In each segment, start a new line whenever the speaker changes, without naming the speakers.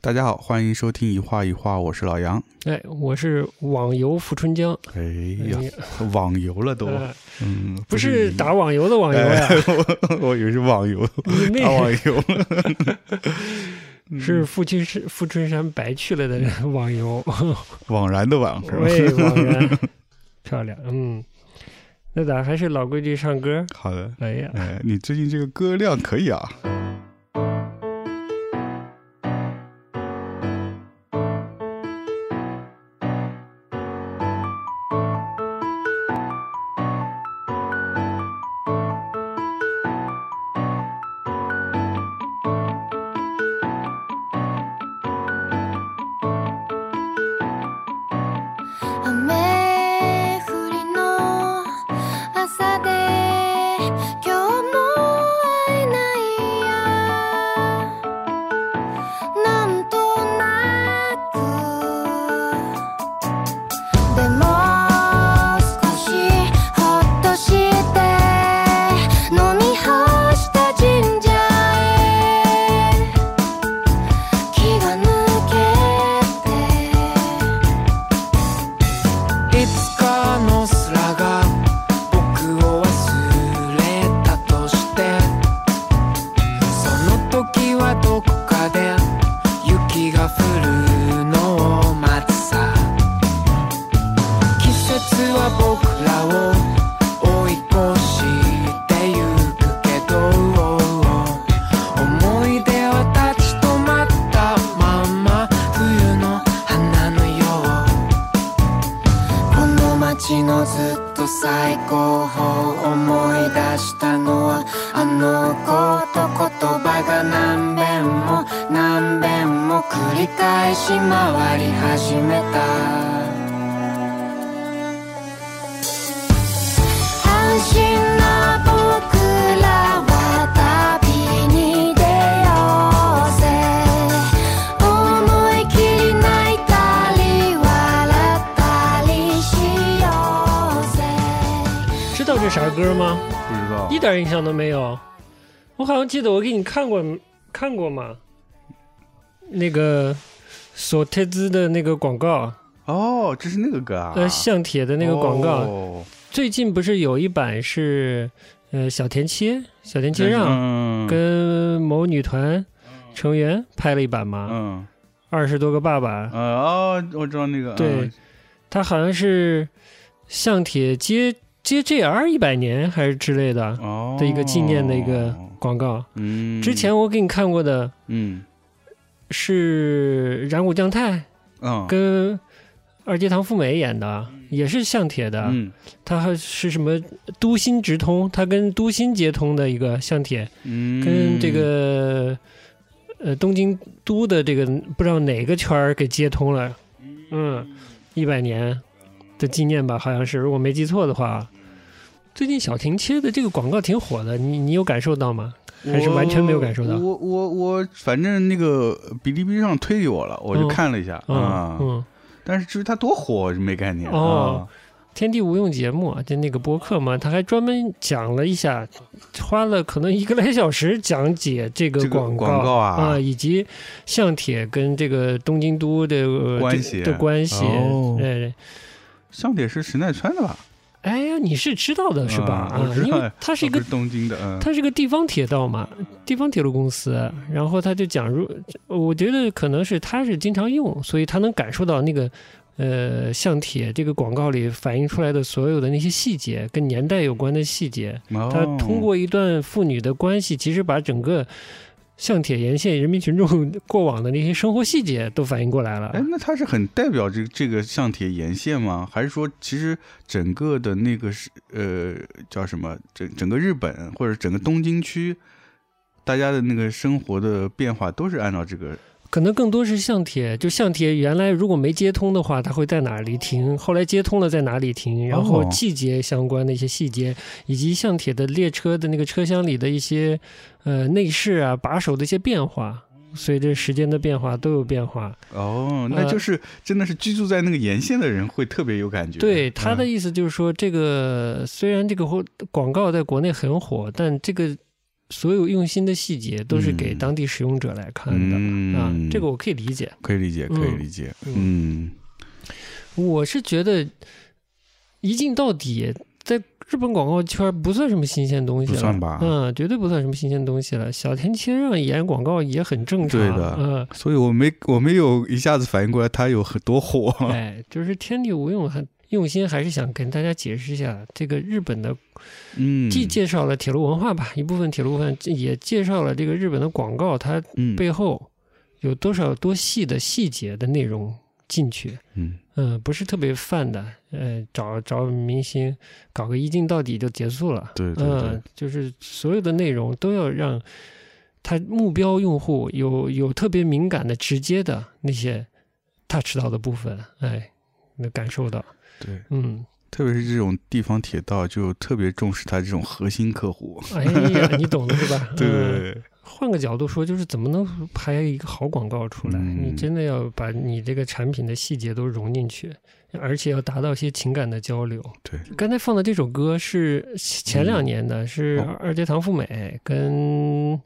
大家好，欢迎收听一画一画，我是老杨。
哎，我是网游富春江，
哎呀，网游了都，
呃
嗯，
不是
你
打网游的网游呀，
哎 我我以为是网游，
你
打
那
网游嗯了。
个是富春山富春山白去了的
嗯
网游，
枉然的网是吧？
喂，网员，漂亮，嗯，那咋还是老规矩唱歌？
好的，
哎呀，
哎，你最近这个歌量可以啊。
雨降りの朝で今日も会えないやなんとなくでも少しほっとして飲み干したジンジャーへ気が抜けて
いつかの空が僕を忘れたとしてその時はどこかで雪が降るのを待つさ季節は僕らを追い越してゆくけど思い出は立ち止まったまま冬の花のようこの街のずっと最高峰思い出したのはあの子と言葉が何遍も何遍も繰り返し回り始めた
安心な僕らは旅に出ようぜ思い切り泣いたり笑ったりしようぜ
知道这啥歌吗？
不知道
一点印象都没有。我好像记得我给你看过看过嘛，那个索特兹的那个广告，
哦，这是那个歌啊，
呃，相铁的那个广告，
哦
最近不是有一版是，呃，小田切、小田切让
嗯
跟某女团成员拍了一版嘛，
嗯
二十多个爸爸，
呃哦，我知道那个
对他好像是向铁接接 JR 一百年还是之类的
嗯哦
的一个纪念的一个广告。
嗯
之前我给你看过的
嗯
是染谷将太
嗯
跟二阶堂富美演的，也是向铁的，
嗯
他还是什么都心直通，他跟都心接通的一个向铁。
嗯
跟这个呃东京都的这个不知道哪个圈儿给接通了，嗯，一百年的纪念吧，好像是，如果没记错的话。最近小婷切的这个广告挺火的，你你有感受到吗？还是完全没有感受到
我我我，反正那个哔哩哔哩上推给我了，我就
嗯
看了一下啊
嗯。嗯，
但是至于它多火，我就没概念啊。
哦天地无用节目啊就那个播客嘛，他还专门讲了一下，花了可能一个来小时讲解这个
这个
广告
广告啊
啊、以及相铁跟这个东京都的、呃
关系
的关系，
哦
哎
相铁是神奈川的吧？
哎呀，你是知道的是吧？啊
嗯我知道
因为
呀
它是一个
哦不东京的，嗯
它是个地方铁道嘛，地方铁路公司。然后他就讲呃入，我觉得可能是他是经常用，所以他能感受到那个呃像铁这个广告里反映出来的所有的那些细节，跟年代有关的细节。
哦
他通过一段父女的关系，其实把整个。像铁沿线人民群众过往的那些生活细节都反映过来了。
哎，那它是很代表这这个相铁沿线吗？还是说其实整个的那个是呃叫什么？整整个日本或者整个东京区，大家的那个生活的变化都是按照这个
可能更多是相铁，就相铁原来如果没接通的话，它会在哪里停？后来接通了，在哪里停？然后季节相关的一些细节，以及相铁的列车的那个车厢里的一些呃内饰啊、把手的一些变化，随着时间的变化都有变化。
哦，
呃
那就是真的是居住在那个沿线的人会特别有感觉。
对他的
嗯
意思就是说，这个虽然这个活广告在国内很火，但这个所有用心的细节都是给
嗯
当地使用者来看的、啊
嗯，，
这个我可以理解。
可以理解，可以理解，嗯
我是觉得一镜到底在日本广告圈不算什么新鲜东西了，
不算吧
嗯，绝对不算什么新鲜东西了。小田切让演广告也很正常，
对的
嗯。
所以我没我没有一下子反应过来他有很多 火，
哎，就是天地无用，还用心还是想跟大家解释一下这个日本的，
嗯，
既介绍了铁路文化吧，一部分铁路文化，也介绍了这个日本的广告，它
嗯
背后有多少多细的细节的内容进去。
嗯
嗯，不是特别泛的，呃，找找明星搞个一镜到底就结束了。
对对对
嗯，就是所有的内容都要让他目标用户有有特别敏感的、直接的那些 touch 到的部分，哎，能感受到。
对，
嗯，
特别是这种地方铁道就特别重视他这种核心客户，？
哎呀，你懂的是吧
对
嗯
对对，
换个角度说，就是怎么能拍一个好广告出来？
嗯
你真的要把你这个产品的细节都融进去，而且要达到一些情感的交流。
对，
刚才放的这首歌是前两年的，是
哦
二阶堂富美跟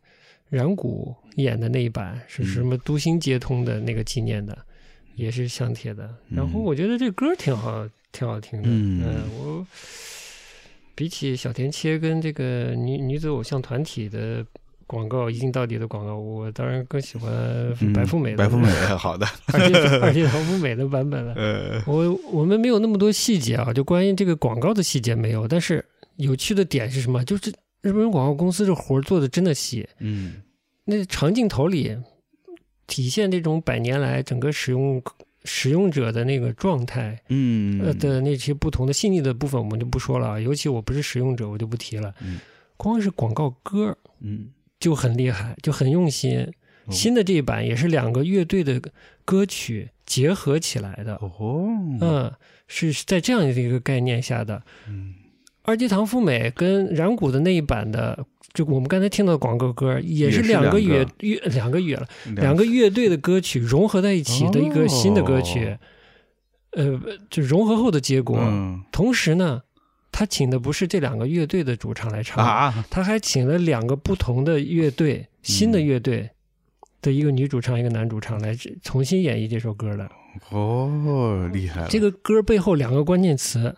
染谷演的那一版，
嗯
是什么都心接通的那个纪念的，也是相贴的。然后
嗯
我觉得这歌挺好，挺好听的。呃
嗯
我。比起小田切跟这个女女子偶像团体的广告，一镜到底的广告，我当然更喜欢
嗯
白富美的、
白富美好 的，
二阶二阶堂富美的版本了。
呃，
我我们没有那么多细节啊，就关于这个广告的细节没有，但是有趣的点是什么？就是日本广告公司这活儿做的真的细，
嗯
那长镜头里体现这种百年来整个使用使用者的那个状态，
嗯
呃的那些不同的细腻的部分，我们就不说了啊。尤其我不是使用者，我就不提了。
嗯
光是广告歌儿
嗯
就很厉害，就很用心。
哦
新的这一版也是两个乐队的歌曲结合起来的，
哦，
嗯，是在这样的一个概念下的。
嗯
二阶堂富美跟染谷的那一版的，就我们刚才听到的广告歌，也
也
是
是
两个
两
乐
个
乐两个乐了，
嗯
两个乐队的歌曲融合在一起的一个新的歌曲，呃，就融合后的结果。
嗯
同时呢，他请的不是这两个乐队的主唱来唱，
啊，
他还请了两个不同的乐队，新的乐队的一个女主唱、一个男主唱来重新演绎这首歌了。
哦，厉害了，
这个歌背后两个关键词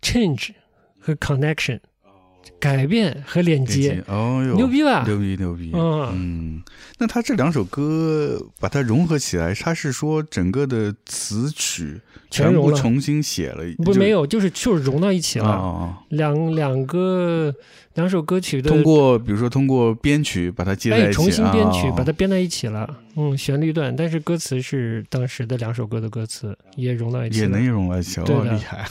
：change 和 connection，改变和链
接
接，，
哦呦，
牛逼吧？
牛逼牛逼，
嗯，
嗯，那他这两首歌把它融合起来，他是说整个的词曲
全
全
融
部
了
重新写了，
不
就
没有，就是就是融到一起
啊
了。
啊，啊
两两个两首歌曲的
通过比如说通过编曲把它接在一
哎
起，
重新编曲
啊
把它编在一起了。嗯，旋律段，但是歌词是当时的两首歌的歌词也融到一起
也
了
能，融在一起，
对
哦，
的
厉害，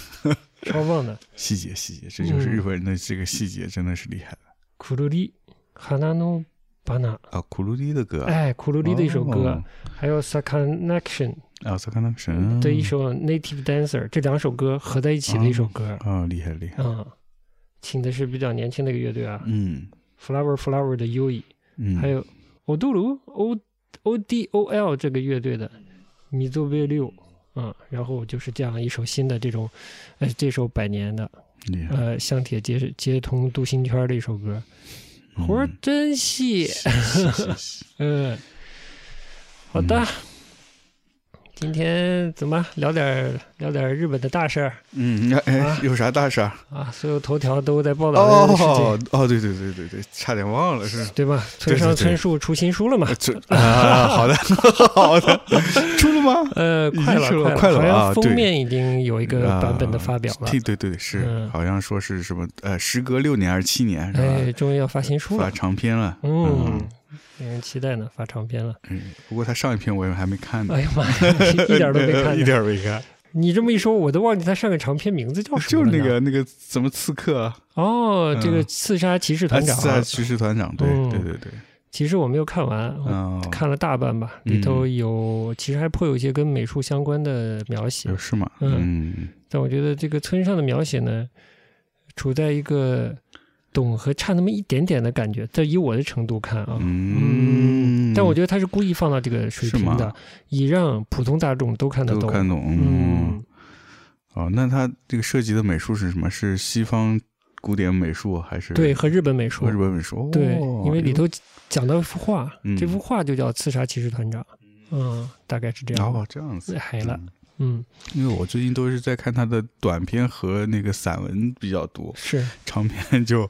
超棒的。
细节细节，这就是
嗯
日本人的这个细节真的是厉害了
库鲁里哈纳诺巴纳，
啊！库鲁迪的歌，
哎，库鲁里的一首歌，
哦
还有 s a c o n n e c t i o n
啊，萨卡纳神
的一首《Native Dancer》，这两首歌合在一起的一首歌。
啊，厉害厉害，
嗯，请的是比较年轻的一个乐队啊
嗯
，Flower Flower 的 U E，
嗯，
还有 o d o l O O D O L 这个乐队的 Mizube 六。嗯，然后就是这样一首新的这种，呃，这首百年的
厉害，
呃香铁接接通镀锌圈的一首歌，活儿
嗯
真细，
是是是
嗯，好的，
嗯
今天怎么聊点儿聊点儿日本的大事儿
嗯，哎，有啥大事儿？
啊？所有头条都在报道这个事情，
哦哦，对对对对对，差点忘了 是。
对吧？村
对
上
对
春树出新书了嘛？
这啊，好的 好的，出了吗？
呃，
已经
快了，
出了
了，
快了
好
啊
像
对
封面已经有一个版本的发表了
啊。对对对，是
嗯
好像说是什么呃，时隔六年还是七年
哎，
是吧？
终于要发新书
发
了，
长篇了，
嗯，令人期待呢，发长篇了。
嗯，不过他上一篇我也还没看呢，
哎呀妈呀， 一点儿都没看
嗯一
见。
点儿没看，
你这么一说，我都忘记他上个长篇名字叫什
就是
么了呢。
那个那个什么刺客啊，
哦，这个
嗯
刺杀骑士
哎
团长
刺客
啊，
骑士团长，对
嗯
对对对，
其实我没有看完，我
嗯，
看了大半吧，
嗯
里头有其实还颇有一些跟美术相关的描写，
有是吗？
嗯
嗯，
但我觉得这个村上的描写呢，处在一个懂和差那么一点点的感觉，这以我的程度看啊，
嗯
但我觉得他是故意放到这个水平
是
的
吗，
以让普通大众都看得
都
懂。
看懂，嗯
嗯，
啊哦，那他这个涉及的美术是什么？是西方古典美术还是
对，和日本美术
和日本美术，
对
哦，
因为里头讲到一幅画，
嗯
这幅画就叫《刺杀骑士团长》，嗯，大概是这样。
哦这样子，
嗨了
嗯，
嗯，
因为我最近都是在看他的短篇和那个散文比较多，
是
长篇 就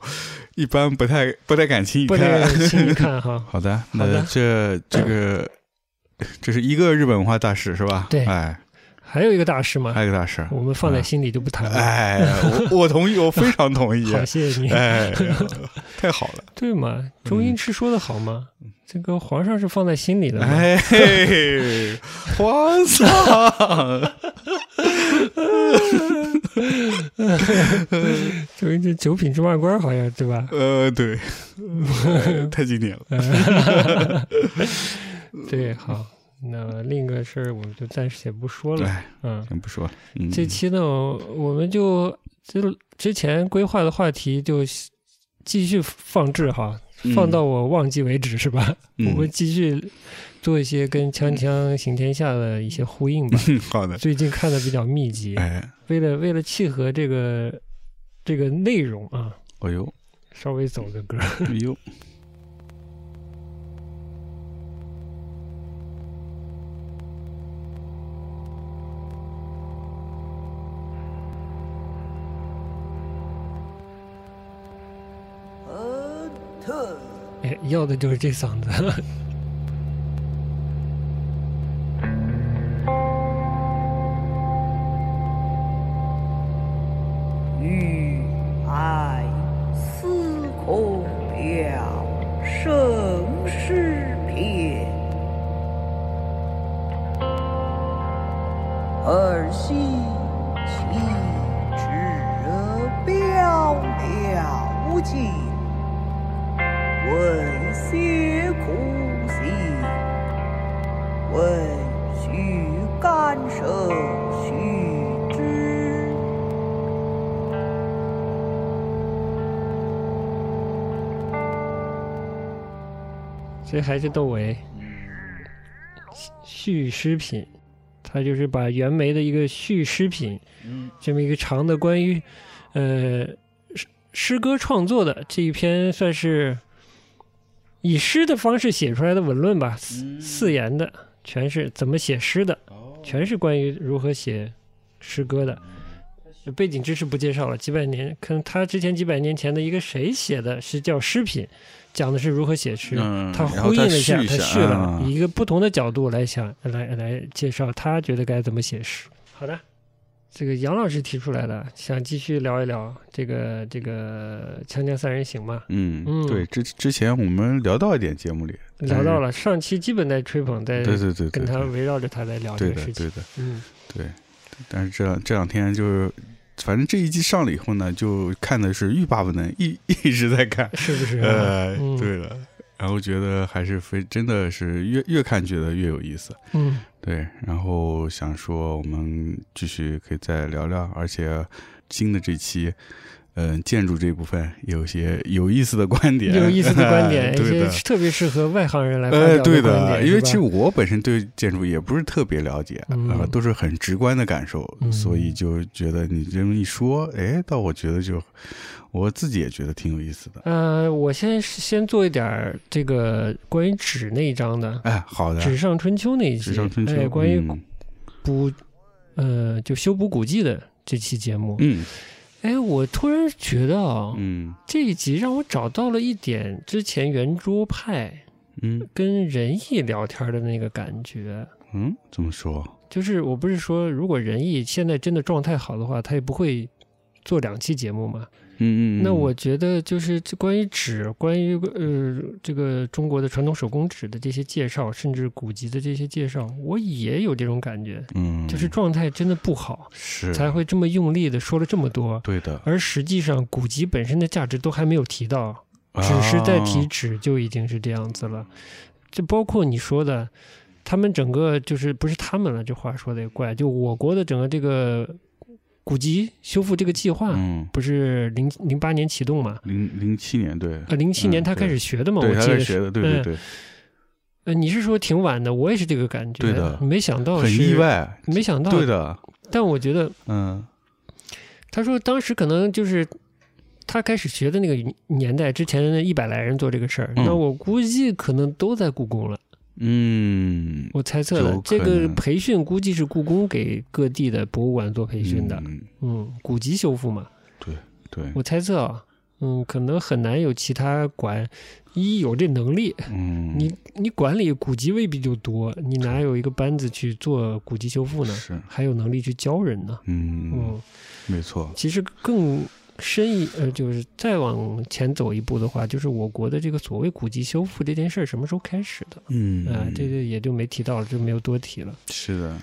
一般不太不太敢轻易
不
看。
能轻易看哈。
好的，
好
那
的
这这个这是一个日本文化大使是吧？
对
哎，
还有一个大师嘛
还，有一个大使，
我们放在心里就不谈了。
哎，我我同意，我非常同意，
好，谢 谢你。
哎，太好了，
对嘛，
嗯
周星驰说的好嘛，这个皇上是放在心里的嘛。
哎，
哎
皇上，
就是这九品芝麻官好像对吧？
呃， 对，哎太经典了，呃
对，好，那另一个事儿我们就暂时也不说了。
哎，
嗯，
先不说了，嗯，
这期呢，我们就就之前规划的话题就继续放置哈，
嗯
放到我忘记为止是吧？
嗯
我们继续做一些跟《锵锵行天下》的一些呼应吧。
好的，
最近看的比较密集，
嗯哎，
为了为了契合这个这个内容啊，
哎呦，
稍微走个歌。
哎呦，
哎，要的就是这嗓子。
欲爱思空了，胜诗篇。尔兮其志渺渺无尽，问邪苦行，问须干涉须知。
这还是窦唯，续诗品，他就是把袁枚的一个续诗品，这么一个长的关于呃诗诗歌创作的这一篇，算是以诗的方式写出来的文论吧，四四言的，全是怎么写诗的，
嗯
全是关于如何写诗歌的。背景知识不介绍了，几百年，可能他之前几百年前的一个谁写的是叫《诗品》，讲的是如何写诗，
嗯
他
然后
呼应
他
了一下，
续一
他
下
续了
啊，
以一个不同的角度来想，来来介绍他觉得该怎么写诗。好的，这个杨老师提出来的，想继续聊一聊这个这个《锵锵三人行》嘛，
嗯，
嗯
对，之之前我们聊到一点节目里，
聊到了上期基本在吹捧，在
但是，嗯对对对
哎跟
对
他
对，
围绕着他来聊这
对
个事
的
情
对。的，
嗯，
对，但是这两这两天就是，反正这一季上了以后呢，就看的是欲罢不能，一一直在看。
是不是啊？
呃，
嗯
对了，然后觉得还是非真的是越越看觉得越有意思。
嗯，
对，然后想说我们继续可以再聊聊，而且新的这期。嗯，建筑这部分有些有意思的观点，
有意思的 观点，一
对
些
的，
特别适合外行人来发
呃，
表
对
观点，
的，因为
是吧
其实我本身对建筑也不是特别了解，
嗯
啊，都是很直观的感受，
嗯
所以就觉得你这么一说，哎，倒我觉得就我自己也觉得挺有意思的。
呃，我先先做一点儿这个关于纸那一章的，
哎，好的，
《纸上春秋》那一集，
纸上春秋，
哎，关于
嗯
补、呃就修补古迹的这期节目，
嗯
哎，我突然觉得啊、
嗯
这一集让我找到了一点之前圆桌派
嗯
跟仁义聊天的那个感觉。
嗯，怎么说？
就是我不是说，如果仁义现在真的状态好的话，他也不会做两期节目嘛。
嗯嗯，
那
嗯
我觉得就是这关于纸，关于呃这个中国的传统手工纸的这些介绍，甚至古籍的这些介绍，我也有这种感觉，
嗯
就是状态真的不好，
是
才会这么用力的说了这么多。
对的，
而实际上，古籍本身的价值都还没有提到，只是在提
啊
纸就已经是这样子了。这包括你说的，他们整个就是不是他们了，这话说的也怪，就我国的整个这个古籍修复这个计划，
嗯
不是零零八年启动嘛？
零零七年对，
呃，零七
嗯
年他开
对
始学的嘛，
对
我
他
记
在
得
学
是。
的，对对
嗯
对，
呃，你是说挺晚的，我也是这个感觉。
对的
没想到
很
哦是
意，外，
没想到。
对的，
但我觉得
嗯
他说当时可能就是他开始学的那个年代之前一百来人做这个事儿，
嗯
那我估计可能都在故宫了。
嗯，
我猜测的
有，可
这
能
个培训估计是故宫给各地的博物馆做培训的，
嗯
嗯，古籍修复嘛，
对，
我猜测啊，嗯，可能很难有其他馆一有这能力，
嗯，
你你管理古籍未必就多，你哪有一个班子去做古籍修复呢？
是，
还有能力去教人呢？
嗯，
嗯，
没错，
其实更深一呃，就是再往前走一步的话，就是我国的这个所谓古籍修复这件事儿什么时候开始的？
嗯
啊、这个也就没提到了，就没有多提了。
是的，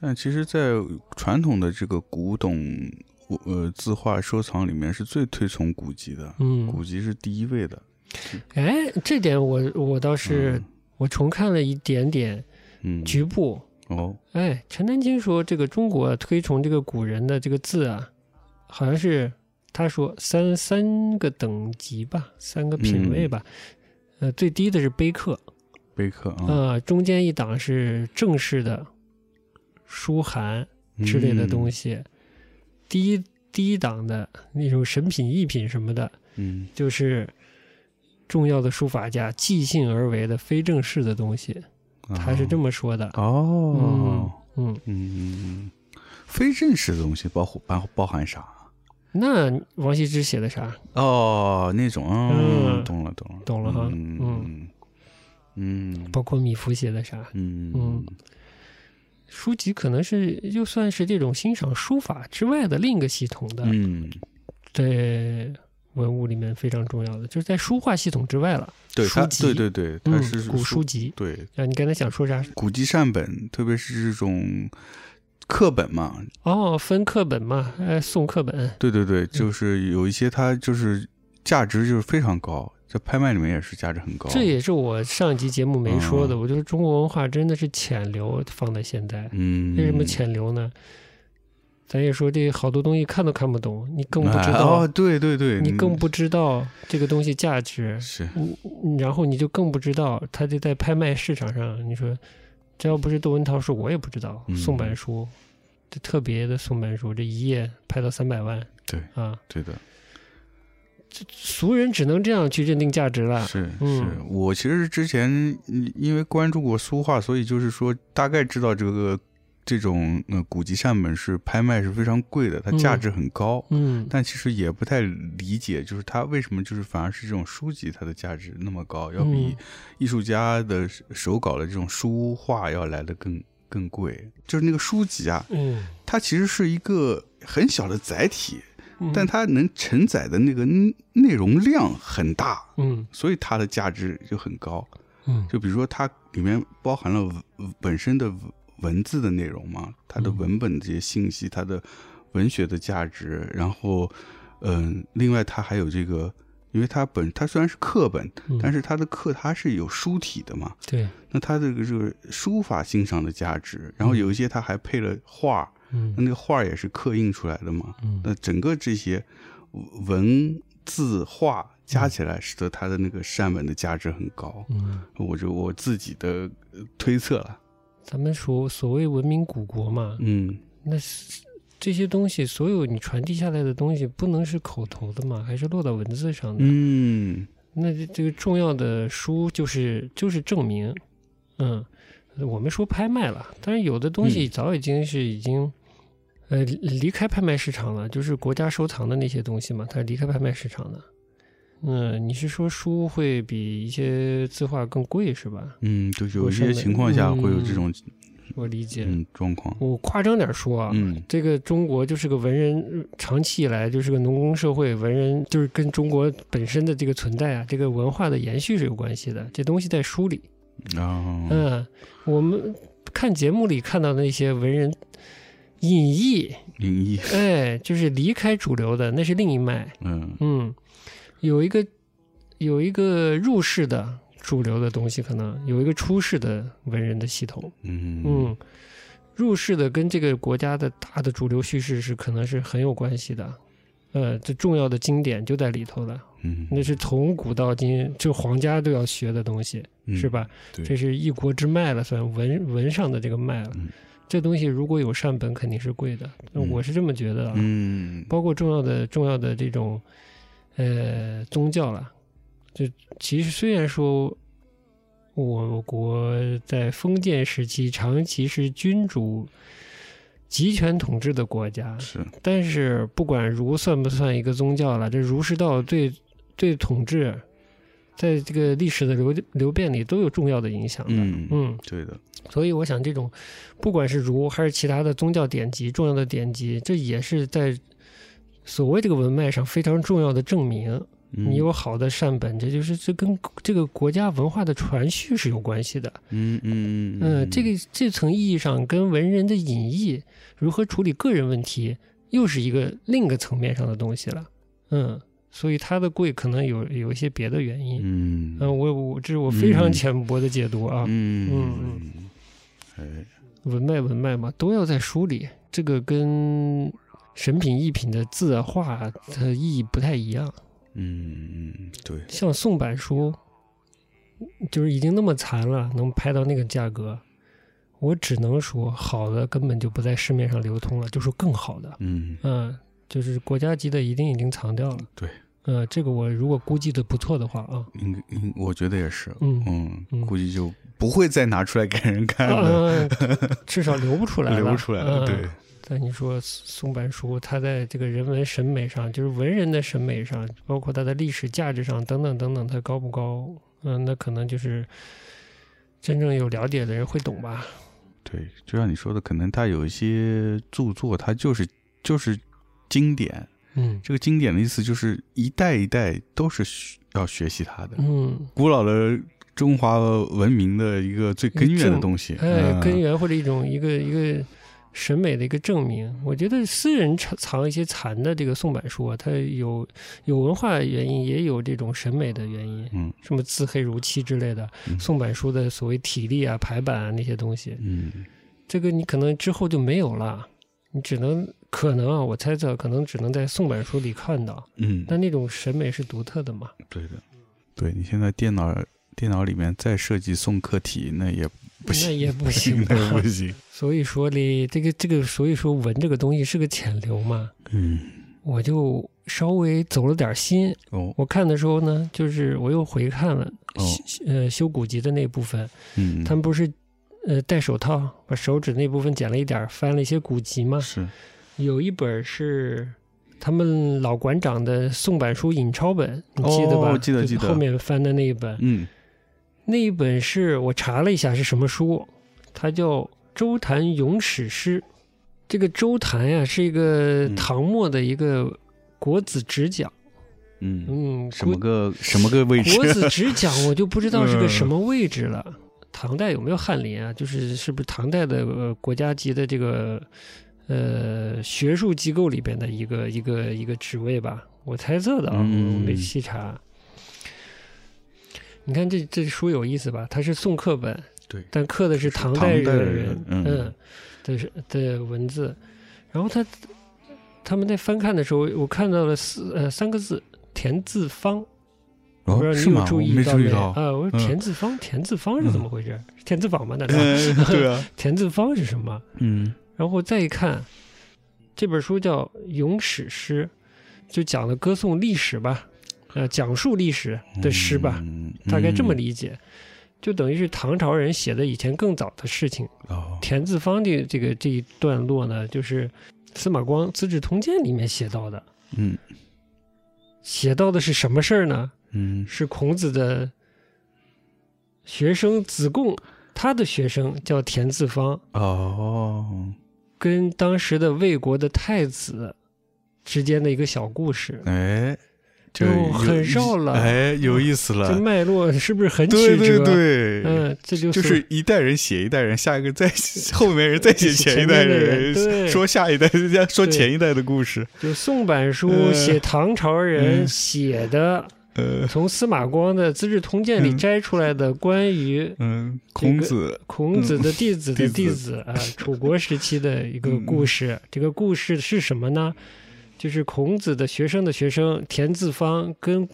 但其实，在传统的这个古董呃字画收藏里面，是最推崇古籍的，
嗯，
古籍是第一位的。
哎，这点我我倒是我重看了一点点
嗯，嗯，
局部。
哦，
哎，陈丹青说这个中国推崇这个古人的这个字啊，好像是他说三三个等级吧，三个品位吧。呃，最低的是碑刻，
碑刻啊，
啊，中间一档是正式的书函
嗯
之类的东
西，
西，第一第一档的那种神品、艺品什么的，
嗯，
就是重要的书法家即兴而为的非正式的东西，他是这
么
么说的。
哦，
嗯，
啊嗯嗯，嗯非正式的东西包含包包含啥？
那王羲之写的啥？
哦，那种，嗯，
嗯
懂了，懂了，
懂了哈
嗯嗯
包括米芾写的啥？
嗯
嗯书籍可能是就算是这种欣赏书法之外的另一个系统的，
嗯，
对文物里面非常重要的，就是在书画系统之外了。
对，
书
它
籍
对对对，它
嗯
是
古书籍
对，
啊，你刚才想说啥？
古籍善本，特别是这种课本嘛，
哦，分课本嘛，呃，送课本，
对对对，就是有一些它就是价值就是非常高，在拍卖里面也是价值很高。
这也是我上一集节目没说的。我觉得中国文化真的是潜流，放在现在，
嗯，
为什么潜流呢？咱也说这好多东西看都看不懂，你更不知
哎
道，
哦，对对对，嗯
你更不知道这个东西价值，
是
嗯，然后你就更不知道它就在拍卖市场上，你说这要不是窦文涛说，我也不知道
嗯
宋版书，这特别的宋版书，这一页拍到三百万
对
啊，
对的，
俗人只能这样去认定价值了。
是是
嗯。
我其实之前嗯因为关注过书画，所以就是说大概知道这个这种呃古籍善本是拍卖是非常贵的，它价
嗯
值很高。
嗯，
但其实也不太理解，就是它为什么就是反而是这种书籍它的价值那么高，要比
嗯
艺术家的手手稿的这种书画要来的更更贵。就是那个书籍啊，
嗯，
它其实是一个很小的载体，
嗯
但它能承载的那个内内容量很大，
嗯
所以它的价值就很高。
嗯
就比如说它里面包含了文本身的文文字的内容嘛，它的
嗯
文本这些信息，它的文学的价值，然后，嗯、另外它还有这个，因为它本它虽然是课本，
嗯
但是它的课它是有书体的嘛，
对，
那它这个这个书法欣赏的价值，然后有一些它还配了画，那
嗯
那个画也是刻印出来的嘛，
嗯
那整个这些文字画加起来，使得它的那个善本的价值很高。
嗯，
我就我自己的呃推测了。
咱们说所谓文明古国嘛，
嗯，
那是这些东西，所有你传递下来的东西，不能是口头的嘛，还是落到文字上的。
嗯，
那这这个重要的书就是就是证明，嗯，我们说拍卖了，但是有的东
嗯
西早已经是已经。呃，离开拍卖市场了，就是国家收藏的那些东西嘛，它是离开拍卖市场的。嗯，你是说书会比一些字画更贵是吧？
嗯，就是有一
我
些
认为
情况下会有这种
我理解。
嗯状况。
我夸张点说啊，
嗯
这个中国就是个文人，长期以来就是个农耕社会，文人就是跟中国本身的这个存在啊，这个文化的延续是有关系的。这东西在书里，
然后
嗯，我们看节目里看到的那些文人隐逸，
零一，
哎，就是离开主流的，那是另一脉。
嗯
嗯，有一个有一个入世的主流的东西，可能有一个出世的文人的系统。
嗯
嗯，入世的跟这个国家的大的主流叙事是可能是很有关系的，呃，这重要的经典就在里头了，
嗯，
那是从古到今就皇家都要学的东西，
嗯
是？吧？
对
这是一国之脉了，算文文上的这个脉了。
嗯
这东西如果有善本，肯定是贵的，
嗯
我是这么觉得啊。
嗯
包括重要的重要的这种呃宗教了。就其实虽然说我国在封建时期长期是君主集权统治的国家，
是
但是不管儒算不算一个宗教了，这儒释道对对统治，在这个历史的流流变里都有重要的影响的。
嗯
嗯
对的，
所以我想，这种不管是儒还是其他的宗教典籍、重要的典籍，这也是在所谓这个文脉上非常重要的证明。
嗯
你有好的善本，这就是这跟这个国家文化的传续是有关系的。
嗯嗯嗯
嗯、这个这层意义上跟文人的隐逸、如何处理个人问题，又是一个另一个层面上的东西了。嗯，所以它的贵可能有有一些别的原因。
嗯
嗯，我我这是我非常
嗯
浅薄的解读啊。
嗯
嗯
嗯，
文脉文脉嘛，都要在书里。这个跟神品逸品的字啊画啊它意义不太一样。
哎，嗯嗯对，
像宋版书，就是已经那么残了，能拍到那个价格，我只能说好的根本就不在市面上流通了，就说更好的，
嗯
嗯，就是国家级的一定已经藏掉了。
对，
呃，这个我如果估计的不错的话 啊，
应该应我觉得也是，
嗯
嗯
嗯
估计就不会再拿出来给人看了，
呃，至少流不出来了，
流不出来了，
嗯
对，
但你说宋版书，它在这个人文审美上，就是文人的审美上，包括它的历史价值上等等等等，它高不高？嗯，那可能就是真正有了解的人会懂吧。
对，就像你说的，可能它有一些著作，它就是就是经典。
嗯
这个经典的意思就是一代一代都是需要学习它的，
嗯，
古老的中华文明的一个最根源的东西。
哎，
嗯
根源或者一种一个一个审美的一个证明。我觉得私人藏藏一些残的这个宋版书啊，它有有文化原因，也有这种审美的原因。
嗯
什么自黑如漆之类的，
嗯
宋版书的所谓体力啊、排版啊那些东西，
嗯
这个你可能之后就没有了，你只能可能啊，我猜测可能只能在宋版书里看到，
嗯，
但那种审美是独特的嘛。
对的，对你现在电脑电脑里面再设计送客体，那也 不行，
那也不行
那也
吧
不 行。
所以说嘞，这个这个，所以说文这个东西是个潜流嘛，
嗯，
我就稍微走了点心。
哦，
我看的时候呢，就是我又回看了，
哦
修呃修古籍的那部分，
嗯，
他们不是呃戴手套，把手指那部分剪了一点儿，翻了一些古籍嘛。
是，
有一本是他们老馆长的宋版书引抄本，你记得吧？
哦记得
就
记得
后面翻的那一本，
嗯，
那一本是我查了一下是什么书，它叫《周坛咏史诗》。这个周坛呀、是一个
嗯
唐末的一个国子执讲，
嗯，
嗯，
什么个什么个位置？
国子执讲我就不知道是个什么位置了。唐代有没有翰林啊？就是是不是唐代的、呃、国家级的这个呃学术机构里边的一个一个一个职位吧？我猜测的啊，
嗯
我没细查。你看这这书有意思吧？它是宋刻本，
对
但刻的是唐
代
代
的
人
人嗯
嗯，的是的文字。然后他他们在翻看的时候，我看到了四呃三个字“田字方”，我不知
哦，
道你
是
有
吗？
注
我
意
没
到
注
没
意
有
到。
啊？我说
嗯
田字方，田字方是怎么回事？是田字坊吧？难道
嗯， 对 啊，
田字方是什么？
嗯
然后再一看，这本书叫《咏史诗》，就讲了歌颂历史吧，呃，讲述历史的诗吧，
嗯
大概这么
嗯
理解。就等于是唐朝人写的以前更早的事情。
哦，
田字方的这个这一段落呢，就是司马光《资治通鉴》里面写到的，
嗯
写到的是什么事儿呢？
嗯，
是孔子的学生子贡，他的学生叫田字方，
哦，
跟当时的魏国的太子之间的一个小故事。
哎，就
就
有
很
意
绕了
哎，有意思
这
了，
脉络是不是很曲
对
折？
对对，
嗯，这就
就是一代人写一代人，下一个再后面人再写前一代
前面的人
人，
对
说下一代人说
对
前一代的故事，
就宋版书
呃
写唐朝人
嗯
写的，
呃
从司马光的《资治通鉴》里
嗯
摘出来的关于
嗯，
这
孔
个
子
孔子的嗯弟子的嗯
弟
弟
子
子啊，楚国时期的一个故事。这个故事是什么呢？就是孔子的学生的学生田字方跟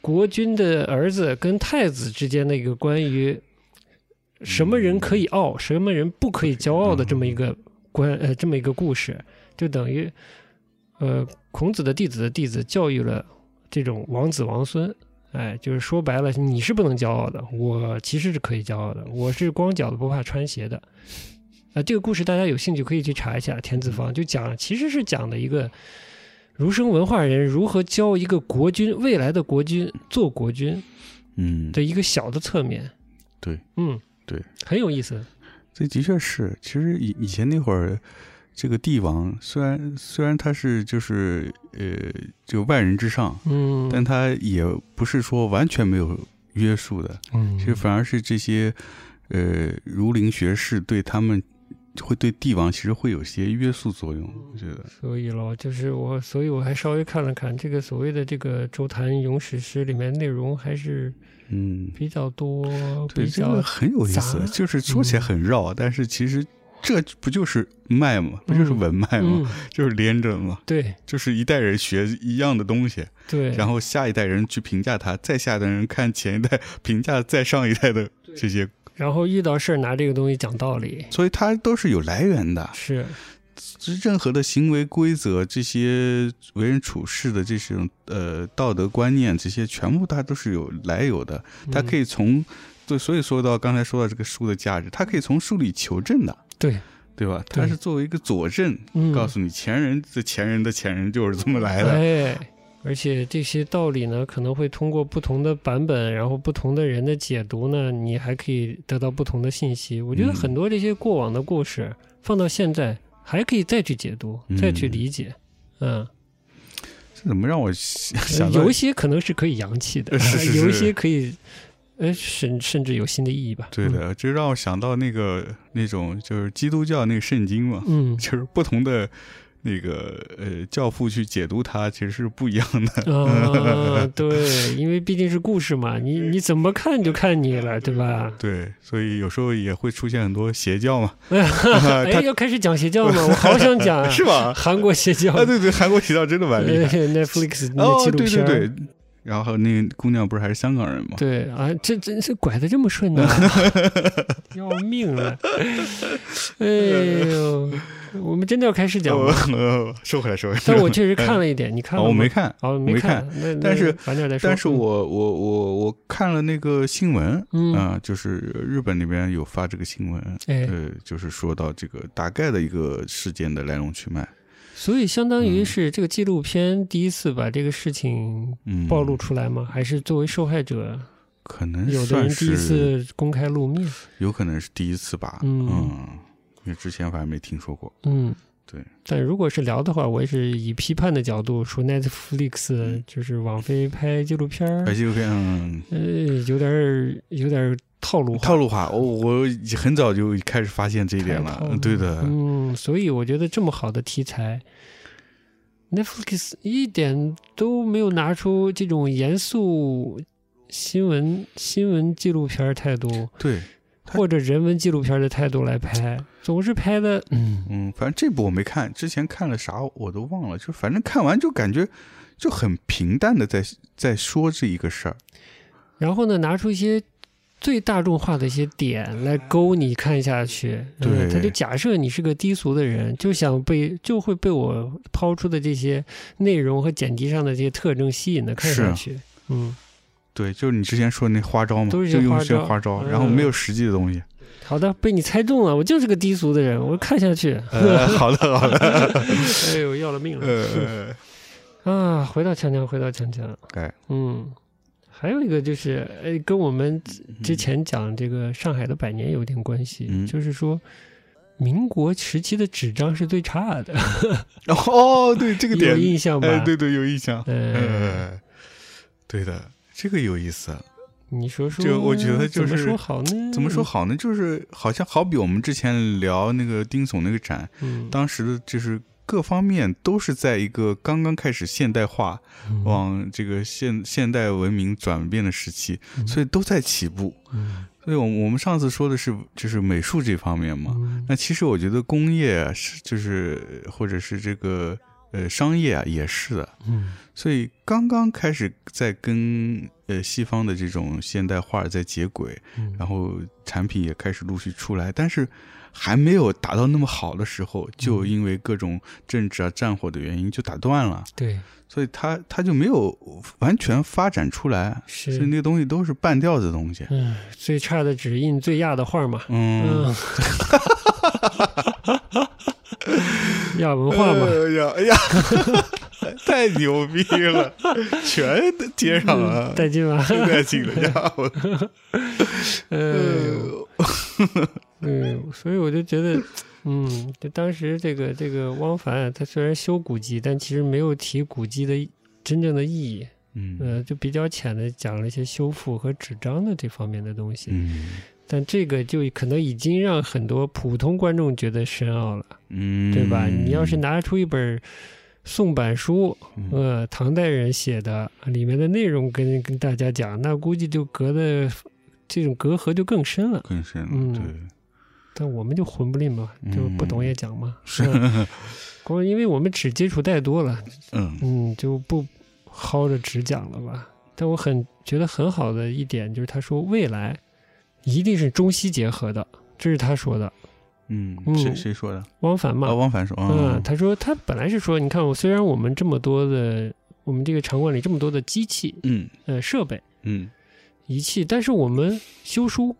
国君的儿子跟太子之间的一个关于什么人可以傲，什嗯么人不可以骄傲的这么一个关呃这么一个故事，就等于。呃，孔子的弟子的弟子教育了这种王子王孙。哎，就是说白了，你是不能骄傲的，我其实是可以骄傲的，我是光脚的不怕穿鞋的。啊、这个故事大家有兴趣可以去查一下，田子
嗯
方就讲，其实是讲的一个儒生文化人如何教一个国君，未来的国君做国君
嗯，
的一个小的侧面。
对，
嗯，
对，
很有意思。
这的确是。其实以以前那会儿，这个帝王虽然虽然他是就是呃就万人之上，
嗯，
但他也不是说完全没有约束的，
嗯，
其实反而是这些呃儒林学士对他们会对帝王其实会有些约束作用，我觉得。
所以咯，就是我，所以我还稍微看了看这个所谓的这个《周谈咏史诗》里面内容还是
嗯，
比较多，
对，
比
这
较
个很有意思
杂，嗯
就是说起来很绕，但是其实这不就是脉吗？不就是文脉吗？
嗯，
就是连着嘛，
对
就是一代人学一样的东西，
对，
然后下一代人去评价它，再下一代人看前一代评价再上一代的这些，
然后遇到事儿拿这个东西讲道理，
所以它都是有来源的。
是
任何的行为规则，这些为人处事的这种呃道德观念，这些全部它都是有来由的。它可
以
以从对，所以说到刚才说到这个书的价值，它可以从书里求证的，
对，
对吧？
对
它是作为一个佐证，
嗯，
告诉你前人的前人的前人就是这么来的。
哎。而且这些道理呢，可能会通过不同的版本，然后不同的人的解读呢，你还可以得到不同的信息。我觉得
嗯
很多这些过往的故事、放到现在，还可以再去解读、再去
嗯
理解。嗯，
这怎么让我想
呃
想到
有一些可能是可以洋气的，
是是
有一
是
些可以，呃，甚甚至有新的意义吧。
对的，这让我想到那个那种就是基督教那个圣经嘛，
嗯，
就是不同的那个呃教父去解读它，其实是不一样的。
嗯， 啊，对，因为毕竟是故事嘛，你你怎么看就看你了，对吧？
对，所以有时候也会出现很多邪教嘛，
哎，要开始讲邪教吗？我好想讲啊，
是 吧？
韩国邪教，
啊，对对，韩国邪教真的蛮厉害。
对 Netflix 呃那
哦，
纪录
对
片
对
儿，
对，然后那个姑娘不是还是香港人嘛？
对啊，这真是拐的这么 顺呢、要命了！哎呦，我们真的要开始 讲吗？
呃，收回来，收回来。
但我确实看了一点，你看
哦，
了吗？
我没看，
哦，
没
看。那
但
那
是
晚点再说。
但是我我我我看了那个新闻，
嗯
啊，就是日本那边有发这个新闻，
哎
呃，就是说到这个大概的一个事件的来龙去脉，
所以相当于是这个纪录片第一次把这个事情
嗯，
暴露出来吗？还是作为受害者，
可能
有的
嗯算
人第一
是，
次公开露面？
有可能是第一次吧，
嗯
嗯，因为之前反正没听说过，
嗯，
对。
但如果是聊的话，我也是以批判的角度说
嗯
Netflix 就是网飞拍纪录片儿
而，且有嗯，
呃，有点儿有点儿套路化
套。路化，我、我很早就开始发现这一点
太套路
了
了，
对的，
嗯，所以我觉得这么好的题材，Netflix 一点都没有拿出这种严肃新闻、新闻纪录片儿态度
对，它
或者人文纪录片儿的态度来拍，总是拍的，嗯，
嗯，反正这部我没看，之前看了啥我都忘了，就反正看完就感觉就很平淡的在在说这一个事儿，
然后呢，拿出一些。最大众化的一些点来勾你看下去，嗯
对
他就假设你是个低俗的人，就想被就会被我抛出的这些内容和剪辑上的这些特征吸引的看
是
下
啊
去。嗯，
对，就是你之前说的那花招嘛，
都是些
就用
花
这些
招
花招，
嗯
然后没有实际的东西。
好的，被你猜中了，我就是个低俗的人，我看下 去，
呃，好的，好 的。
哎呦，要了命了
呃，
啊！回到强强，回到强强，
哎，
嗯，还有一个就是，哎，跟我们之前讲这个上海的百年有点关系，
嗯
就是说。民国时期的纸张是最差的，
哦，对 这个
有
点，
印象吧？
哎，对对，有印象。
呃，
呃，对的，这个有意思。
你说说，
这我觉得就
怎么
是
说好呢？
怎么说？好呢？就是好像好比我们之前聊那个丁总那个展，
嗯，
当时的就是各方面都是在一个刚刚开始现代化，
嗯
往这个现现代文明转变的时期，所以都在起步。
嗯
所以，我我们上次说的是就是美术这方面嘛。
嗯
那其实我觉得工业啊是就是或者是这个呃商业啊也是的。
嗯
所以刚刚开始在跟呃西方的这种现代化在接轨，
嗯
然后产品也开始陆续出来，但是还没有达到那么好的时候，就因为各种政治啊、战火的原因就打断了，
对，
所以它它就没有完全发展出来，所以
是
那个东西都是半吊子的东西。
嗯，最差的只印最亚的画嘛，
嗯，
嗯， 亚文化嘛，
哎呀，哎呀， 太牛逼 了，全接上了，
带劲 吧，
太带劲了，家伙！呃哎
嗯。 嗯，所以我就觉得，嗯，就当时这个这个汪凡啊，他虽然修古籍，但其实没有提古籍的真正的意义，
嗯
呃，就比较浅的讲了一些修复和纸张的这方面的东西。
嗯
但这个就可能已经让很多普通观众觉得深奥了，
嗯，
对吧？你要是拿出一本。宋版书，
嗯
呃，唐代人写的，里面的内容跟跟大家讲，那估计就隔的这种隔阂就更深了。
更深
嗯
了，对，
但我们就混不吝嘛，就不懂也讲嘛。
是
嗯，光因为我们只接触太多了，
嗯
嗯，就不薅着只讲了吧。但我很觉得很好的一点就是，他说未来一定是中西结合的，这是他说的。
嗯，
嗯
谁谁说的？
汪凡嘛，
啊，汪凡说，
嗯，
嗯
他说他本来是说，你看我虽然我们这么多的，我们这个场馆里这么多的机器、
嗯
呃设备、
嗯
仪器，但是我们修书、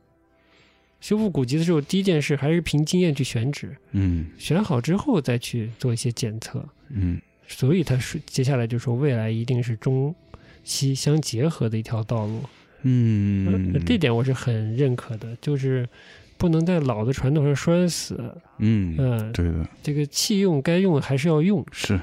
修复古籍的时候，第一件事还是凭经验去选址。
嗯
选好之后再去做一些检测。
嗯
所以他说，接下来就说未来一定是中西相结合的一条道路。呃
嗯，
这点我是很认可的，就是不能在老的传统上拴死。
嗯，
嗯，
对的，
这个弃用该用还是要用。
是。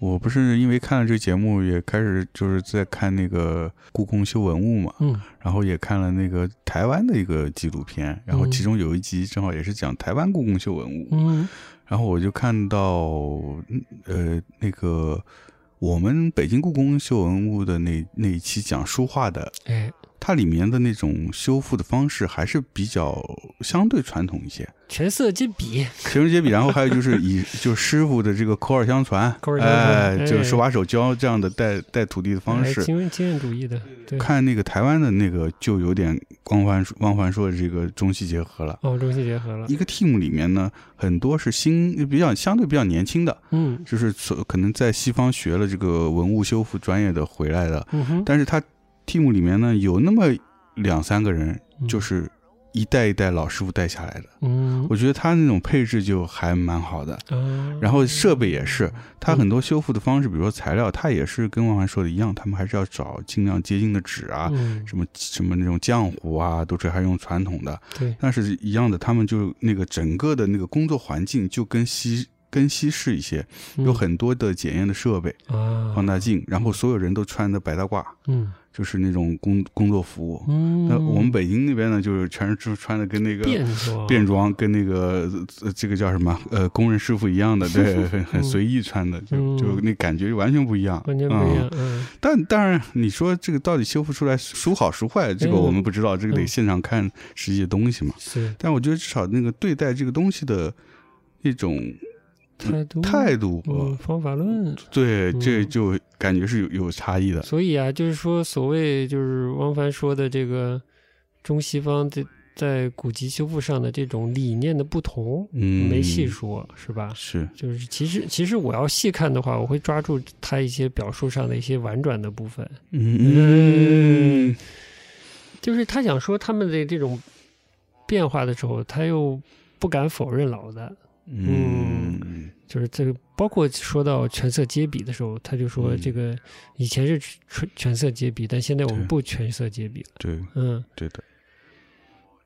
我不是因为看了这个节目，也开始就是在看那个故宫修文物嘛，
嗯
然后也看了那个台湾的一个纪录片，然后
嗯
其中有一集正好也是讲台湾故宫修文物，
嗯
然后我就看到，嗯呃，那个我们北京故宫修文物的那那一期讲书画的，
哎，
它里面的那种修复的方式还是比较相对传统一些，
全色金笔，
情人节比，然后还有就是 以就师傅的这个口耳相传，
口耳相传
哎，
哎
就手把手教这样的带带徒弟的方
哎
式。嗯
经经验主义的，对。
看那个台湾的那个，就有点汪凡说汪凡说的这个中西结合了。
哦，中西结合了。
一个 team 里面呢，很多是新比较相对比较年轻的，
嗯
就是所可能在西方学了这个文物修复专业的回来的，
嗯哼，
但是他 team 里面呢有那么两三个人，
嗯
就是一代一代老师傅带下来的。
嗯
我觉得他那种配置就还蛮好的，
啊，
然后设备也
嗯
是，他很多修复的方式，比如说材料，他也是跟王涵说的一样，他们还是要找尽量接近的纸啊，
嗯
什么什么那种浆糊啊，都是还用传统的，
对
但是一样的，他们就那个整个的那个工作环境就跟西跟西式一些，有
嗯
很多的检验的设备、
啊
放大镜，然后所有人都穿的白大褂，
嗯
就是那种工工作服。
嗯，
那我们北京那边呢，就是全是就穿的跟那个
变装
便装，跟那个呃这个叫什么呃工人师傅一 样的，对，很很随意穿的，就
嗯
就那感觉完全不一样，
完全不一样
嗯。，
嗯，
但当然，你说这个到底修复出来孰好孰坏，这个
嗯
我们不知道，这个得
嗯
现场看实际的东西嘛。
是
但我觉得至少那个对待这个东西的一种
态度
态度，
嗯
呃
方法论。
对，这
嗯
就感觉是有有差异的。
所以啊，就是说，所谓就是汪凡说的这个中西方这在古籍修复上的这种理念的不同，
嗯，
没细说，是吧？
是，
就是其实其实我要细看的话，我会抓住他一些表述上的一些婉转的部分。
嗯嗯
就是他想说他们的这种变化的时候，他又不敢否认老的，
嗯
就是这个，包括说到全色皆比的时候，他就说
嗯
这个以前是全全色皆比，但现在我们
对
不全色皆比了。
对
嗯，
对的，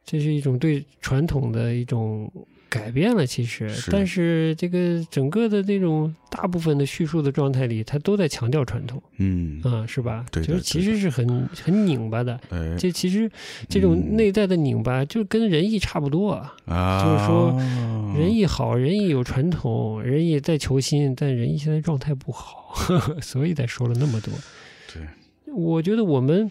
这是一种对传统的一种改变了，其实，
是
但是这个整个的那种大部分的叙述的状态里，他都在强调传统，
嗯，
啊、是吧？
对的
就是其实是很很拧巴的。
哎
呃
嗯
这其实这种内在的拧巴，就跟仁义差不多啊。
啊，
就是说
嗯
仁义好，仁义有传统，仁义在求新，但仁义现在状态不好， 所以才说了那么多。
对，
我觉得我们，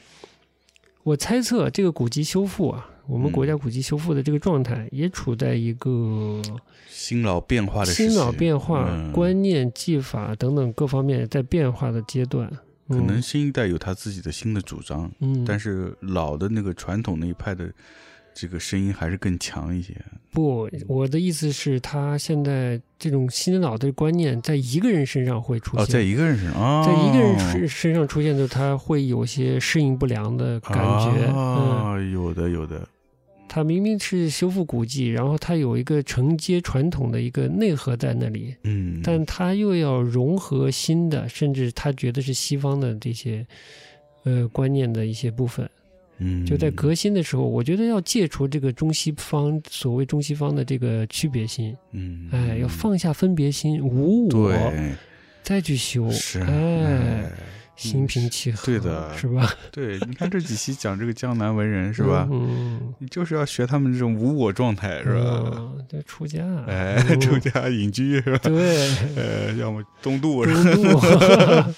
我猜测这个古籍修复啊，我们国
嗯
家古迹修复的这个状态也处在一个
新老变化的时
新
期
老变化、
嗯
观念、技法等等各方面在变化的阶段。
可
嗯
能新一代有他自己的新的主张，
嗯，
但是老的那个传统那一派的这个声音还是更强一些。
不，
嗯
我的意思是，他现在这种新老的观念，在一个人身上会出
哦，在
现，
一个人身上，哦、
在一个人身身上出现，就是他会有些适应不良的感觉。嗯，
啊、有的有的，
他明明是修复古迹，然后他有一个承接传统的一个内核在那里，
嗯，
但他又要融合新的，甚至他觉得是西方的这些呃观念的一些部分。
嗯
就在革新的时候，我觉得要戒除这个中西方所谓中西方的这个区别心。
嗯，
哎，要放下分别心，无我，
对
再去修，
是
哎，心
嗯
平气和，
对的
是吧？
对，你看这几期讲这个江南文人是吧？
嗯，
你就是要学他们这种无我状态是吧？
嗯？就出家，
哎，
嗯
出，家隐居是吧？
对，
呃，要么东渡是吧？
中度，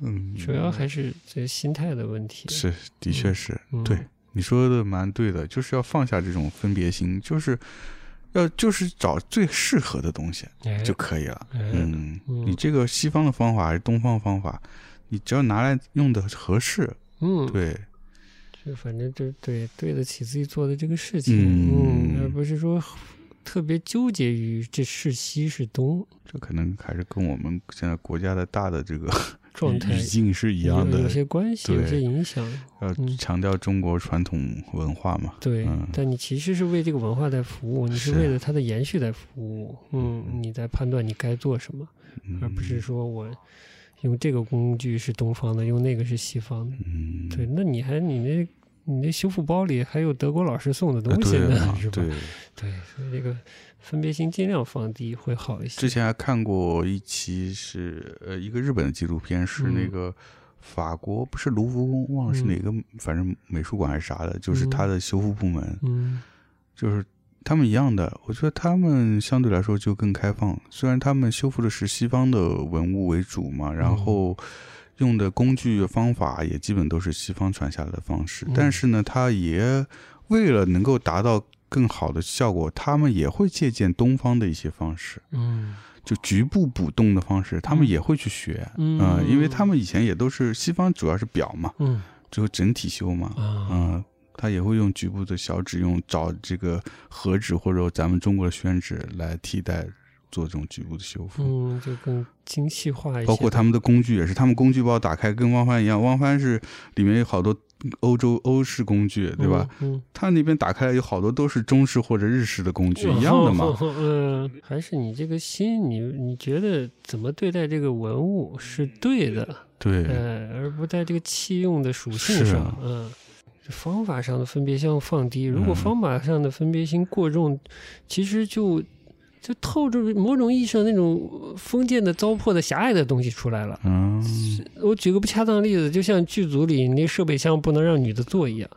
嗯，
主要还是这心态的问题。
是，的确是、
嗯
对你说的蛮对的，就是要放下这种分别心，就是要就是找最适合的东西
哎
就可以了。
哎
嗯，
嗯
你这个西方的方法还是东方方法，你只要拿来用的合适，
嗯，
对，
就反正就是对对得起自己做的这个事情，
嗯
嗯，而不是说特别纠结于这是西是东
这可能还是跟我们现在国家的大的这个
状态
语境是一样
有有
的，
些关系，有
对
些影响。
要
嗯
强调中国传统文化嘛。
对，
嗯
但你其实是为这个文化在服务，你是
是
为了它的延续在服务。嗯，你在判断你该做什么，
嗯
而不是说我用这个工具是东方的，用那个是西方的。
嗯，
对，那你还你那你那修复包里还有德国老师送的
呃
东西
对
呢，
啊
是吧？
对，
对，所以这个分别心尽量放低会好一些。
之前还看过一期是呃一个日本的纪录片，是那
嗯
个法国不是卢浮宫，忘了是
嗯
哪个，反正美术馆还是啥的，就是
嗯
它的修复部门，
嗯
就是他们一样的。我觉得他们相对来说就更开放，虽然他们修复的是西方的文物为主
嗯
嘛，然后用的工具方法也基本都是西方传下来的方式，
嗯
但是呢，他也为了能够达到更好的效果，他们也会借鉴东方的一些方式。
嗯
就局部补洞的方式，他们也会去学，
嗯
呃因为他们以前也都是西方主要是表嘛，
嗯
最后整体修嘛，
啊
嗯、他也会用局部的小指用找这个和纸或者咱们中国的宣纸来替代做这种局部的修复。
嗯，就更精细化一些。
包括他们的工具也是，他们工具包打开跟汪帆一样，汪帆是里面有好多欧洲欧式工具，对吧？？
嗯，
他那边打开来有好多都是中式或者日式的工具，一样的嘛。
嗯，还是你这个心，你你觉得怎么对待这个文物是对的，
对，
呃，而不在这个器用的属性
是
上，
啊
嗯。这方法上的分别性放低，如果
嗯
方法上的分别心过重，其实就就透着某种意义上那种封建的糟粕的狭隘的东西出来了。
嗯，
我举个不恰当的例子，就像剧组里你那设备箱不能让女的坐一样，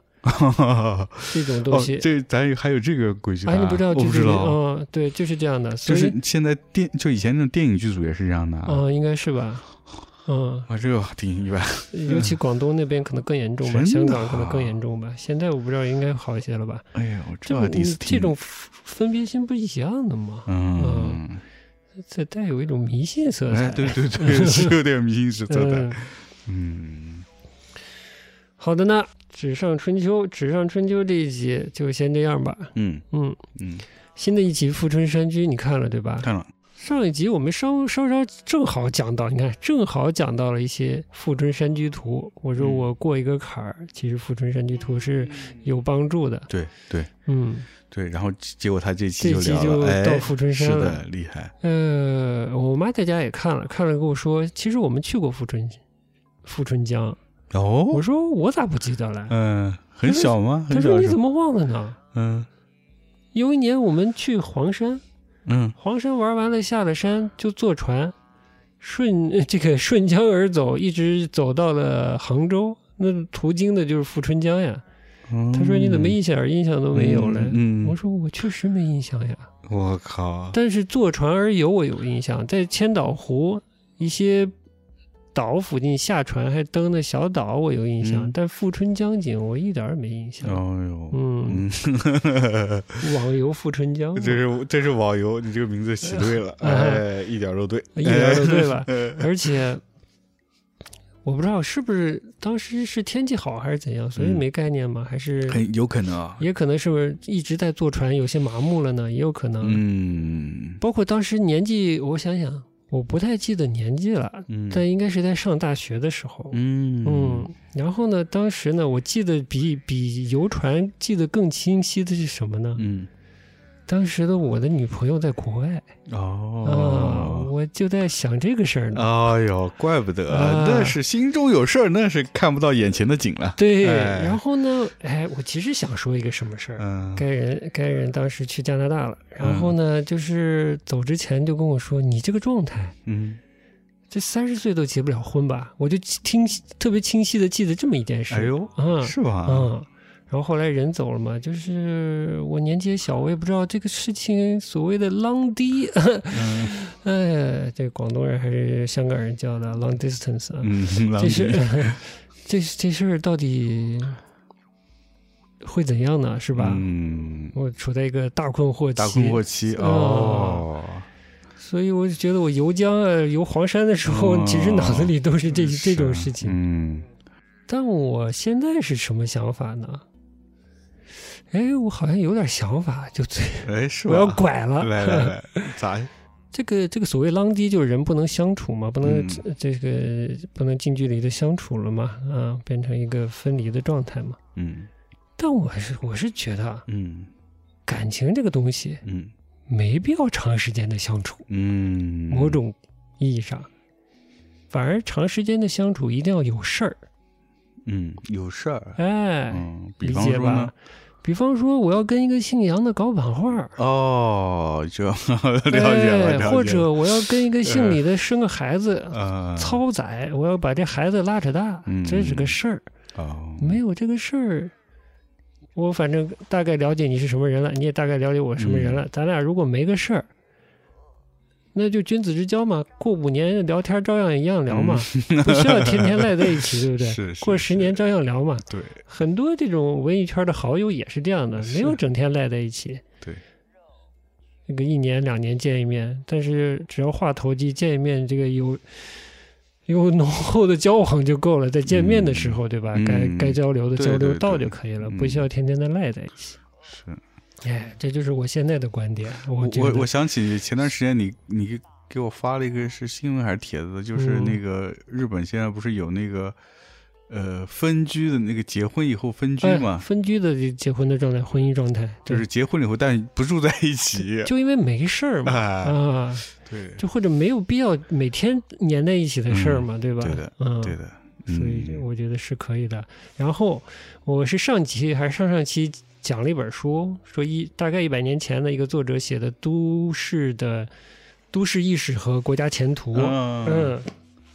这种东西
哦、，这咱还有这个规矩、啊？
哎，你不知道
我
剧
不知
组里，
道，
嗯，对，就是这样的，所
就
以
是现在电，就以前那种电影剧组也是这样的啊。
嗯，应该是吧。嗯，
哇，这个挺意外。
尤其广东那边可能更严重吧，
嗯真的啊
香港可能更严重吧。现在我不知道，应该好一些了吧？
哎呀，我
这
个
种
第一次听。
这种分别心不一样的吗？
嗯，
这带有一种迷信色彩。
哎，对 对对，是有点迷信是色彩。
嗯，
嗯，
好的呢，纸上春秋，纸上春秋这一集就先这样吧。
嗯
嗯，
嗯，
新的一集《富春山居》你看了对吧？
看了，
上一集我们稍稍稍正好讲到，你看正好讲到了一些富春山居图。我说
嗯
我过一个坎儿，其实富春山居图是有帮助的。
对对
嗯，
对，然后结果他这期
这
就
期
聊
就
了，哎，
到富春
是
山
的
了。，
厉害。嗯
呃，我妈在家也看了，看了跟我说，其实我们去过富春富春江。我
哦，
说我咋不记得了？
嗯，很小吗？
她
很
说
小
你
是
怎
吧？
么忘了呢？
嗯
有一年我们去黄山，
嗯，
黄山玩完了，下了山就坐船，顺呃这个 顺江而走，一直走到了杭州。那途经的就是富春江呀。
嗯
他说：“你怎么一点印象都没有嘞？”
嗯嗯嗯
我说：“我确实没印象呀，
我靠，
但是坐船而游我有印象，在千岛湖一些岛附近下船还登的小岛，我有印象，
嗯
但富春江景我一点儿没印象。
哦呦，
嗯，
嗯，
网游富春江，
这是这是网游，你这个名字起对了，
嗯
哎，一点儿都对，
一点儿都 对吧？而且我不知道是不是当时是天气好还是怎样，所以
嗯
没概念嘛，还是
很有可能啊，
也可能是不是一直在坐船，有些麻木了呢，也有可能。
嗯
包括当时年纪，我想想，我不太记得年纪了，
嗯，
但应该是在上大学的时候。
嗯
嗯，然后呢？当时呢，我记得比比游船记得更清晰的是什么呢？
嗯
当时的我的女朋友在国外啊，
哦。
我就在想这个事儿呢。
哎呦，怪不得，
啊
那是心中有事儿，那是看不到眼前的景了。
对，
哎
然后呢？哎，我其实想说一个什么事儿。
嗯，
该人该人当时去加拿大了，然后呢，就是走之前就跟我说：“你这个状态，
嗯，
这三十岁都结不了婚吧？”我就听特别清晰的记得这么一件事。
哎呦，
嗯，
是吧？
嗯，然后后来人走了嘛，就是我年纪也小，我也不知道这个事情所谓的“ long d
嗯
哎，这广东人还是香港人叫的 “long distance” 啊，
嗯，
这事 这这事儿到底会怎样呢？是
是
吧？
嗯，
我处在一个大困惑期，
大困惑期
啊
哦，
所以我就觉得我游江啊、游黄山的时候，
哦
其实脑子里都是这
是啊
这种事情。
嗯
但我现在是什么想法呢？哎，我好像有点想法，就最
哎，是吧？
我要拐 了。
来来来，咋？
这个这个所谓浪低，就是人不能相处嘛，不能、
嗯
这个不能近距离的相处了嘛，啊，变成一个分离的状态嘛。
嗯
但我是我是觉得啊
嗯
感情这个东西
嗯
没必要长时间的相处，
嗯，
某种意义上，反而长时间的相处一定要有事儿，
嗯有事儿，
哎，
嗯，比
理
方
解
说
吧
呢？？
比方说，我要跟一个姓杨的搞版画，
哦，就 了解了，了解
哎，或
了
者我要跟一 个姓李的生个孩子，
呃，
操仔，我要把这孩子拉扯大，
嗯
这是个事儿。
哦，
没有这个事儿，我反正大概了解你是什么人了，你也大概了解我什么人了。咱俩如果没个事儿，那就君子之交嘛。过五年聊天照样一样聊嘛，不需要天天赖在一起，对不 对？
是是
过十年照样聊嘛。
对，
很多这种文艺圈的好友也是这样的，
是
没有整天赖在一起。
对。
那个一年两年见一面，但是只要话投机，见一面这个有有浓厚的交往就够了。在见面的时候，对吧？
嗯
该该交流的
对
交流
对
到
对
就可以了，
嗯
不需要天天的赖在一起。
是。
哎，这就是我现在的观点。我
我
觉
我
得
我想起前段时间你你给给我发了一个是新闻还是帖子，就是
嗯
那个日本现在不是有那个呃分居的那个结婚以后分居
哎
嘛，
分居的这结婚的状态，婚姻状态，
就
对
是结婚了以后但不住在一起，
就因为没事儿嘛。
啊，
啊，
对，
就或者没有必要每天粘在一起的事儿嘛，对吧？
对的
嗯，
对的，
所以这
嗯
我觉得是可以的。然后我是上期还是上上期讲了一本书，说一大概一百年前的一个作者写的《都市的都市意识和国家前途》。
嗯
嗯，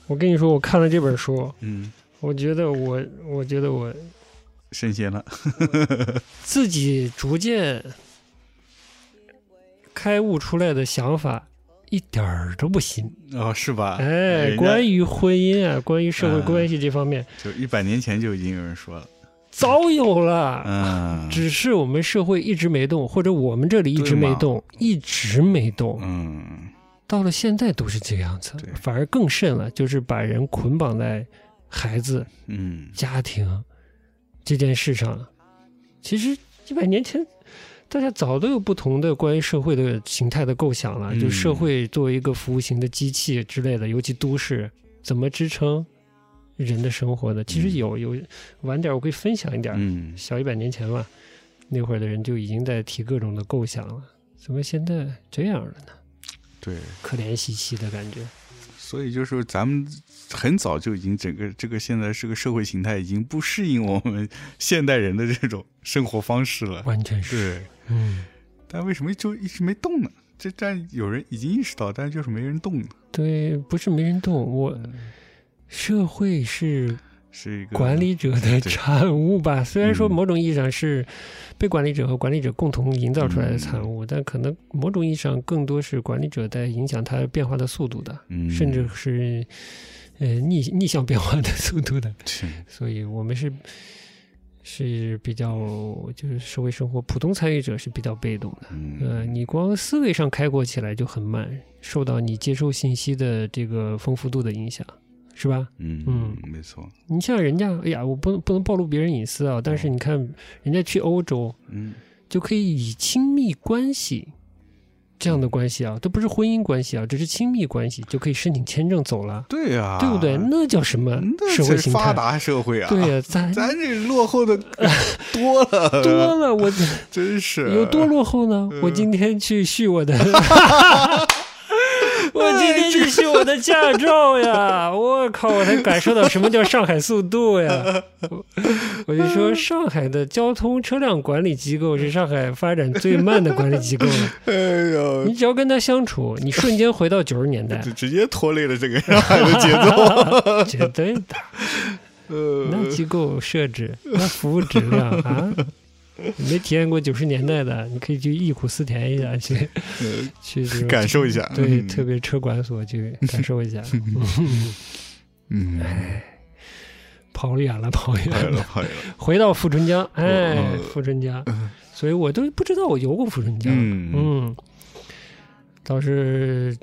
我跟你说，我看了这本书，
嗯，
我觉得我我觉得我
神仙了，
自己逐渐开悟出来的想法。一点儿都不新，
哦，是吧？
哎，
人家
关于婚姻啊，关于社会
嗯
关系这方面，
就一百年前就已经有人说了，
早有了，
嗯，
只是我们社会一直没动，或者我们这里一直没动，一直没动，
嗯
到了现在都是这个样子
对，
反而更甚了，就是把人捆绑在孩子、
嗯，
家庭这件事上了。其实一百年前，大家早都有不同的关于社会的形态的构想了，
嗯
就社会作为一个服务型的机器之类的，尤其都市怎么支撑人的生活的，其实有有晚点我可以分享一点，
嗯
小一百年前吧，那会儿的人就已经在提各种的构想了，怎么现在这样了呢？
对，
可怜兮兮的感觉。
所以就是咱们很早就已经整个这个现在这个社会形态已经不适应我们 现代人的这种生活方式了。
完全是，
对，
嗯，
但为什么就一直没动呢？这但有人已经意识到，但就是没人动呢，
对，不是没人动，我社会是
是一个
管理者的
对
产物吧？虽然说
嗯
某种意义上是被管理者和管理者共同营造出来的产
嗯
物，但可能某种意义上更多是管理者在影响它变化的速度的，
嗯
甚至是呃逆逆向变化的速度的，
是
所以我们是是比较就是社会生活普通参与者是比较被动的。呃，
嗯
你光思维上开阔起来就很慢，受到你接收信息的这个丰富度的影响，是吧？
嗯
嗯
没错，
你像人家，哎呀，我不能不能暴露别人隐私啊，但是你看人家去欧洲
嗯
就可以以亲密关系。
嗯
这样的关系啊，都不是婚姻关系啊，只是亲密关系就可以申请签证走了，
对呀、
对不对？那叫什么
啊那
社
才
会
是
形态
发？达社会啊！
对呀、咱
咱这落后 的多了，
多 了，我
真是
有多落后呢？
嗯
我今天去 续我的，我今天去续我的驾照呀！我靠，我才感受到什么叫上海速度呀！我我就说，上海的交通车辆管理机构是上海发展最慢的管理机 构了。
哎呦
你，只要跟他相处，你瞬间回到九十 年代
这，直接拖累了这个 上海的节 奏。嗯
绝对的。那机构设置， 那服务质量啊！你没体验过九十年代的，你可以去忆苦思甜一下，去
呃
去这 种
感受一下，
对，
嗯
特别车管所去感 受一下。嗯
嗯，
跑远了，跑
拍
远
了
了，
拍了，
回到富春江，哎
嗯，
富春江，所以我都不知道我游过富春江。
嗯
嗯，倒是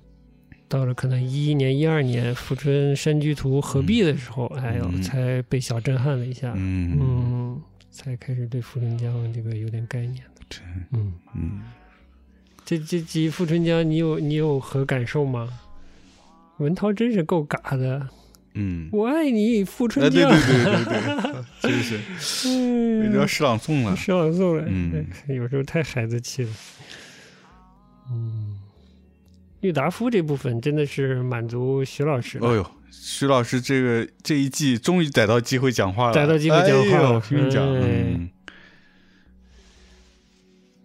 到了可能一一年、一二年富春山居图合璧的时候，哎呦，
嗯
才被小震撼了一下，
嗯
嗯，才开始对富春江这个有点概念了
对。
嗯，
嗯，
这这集富春江，你有你有何感受吗？文涛真是够嘎的，
嗯，
我爱你，富
哎，对
春
对
江。
对对 对，真是
嗯
人家诗朗诵了，
诗朗诵了，
嗯
有时候太孩子气了。嗯，郁达夫这部分真的是满足徐老师了，
哦呦，徐老师这个这一季终于逮到机会讲话了，
逮到机会讲话了
哎呦拼命讲，
哎
嗯。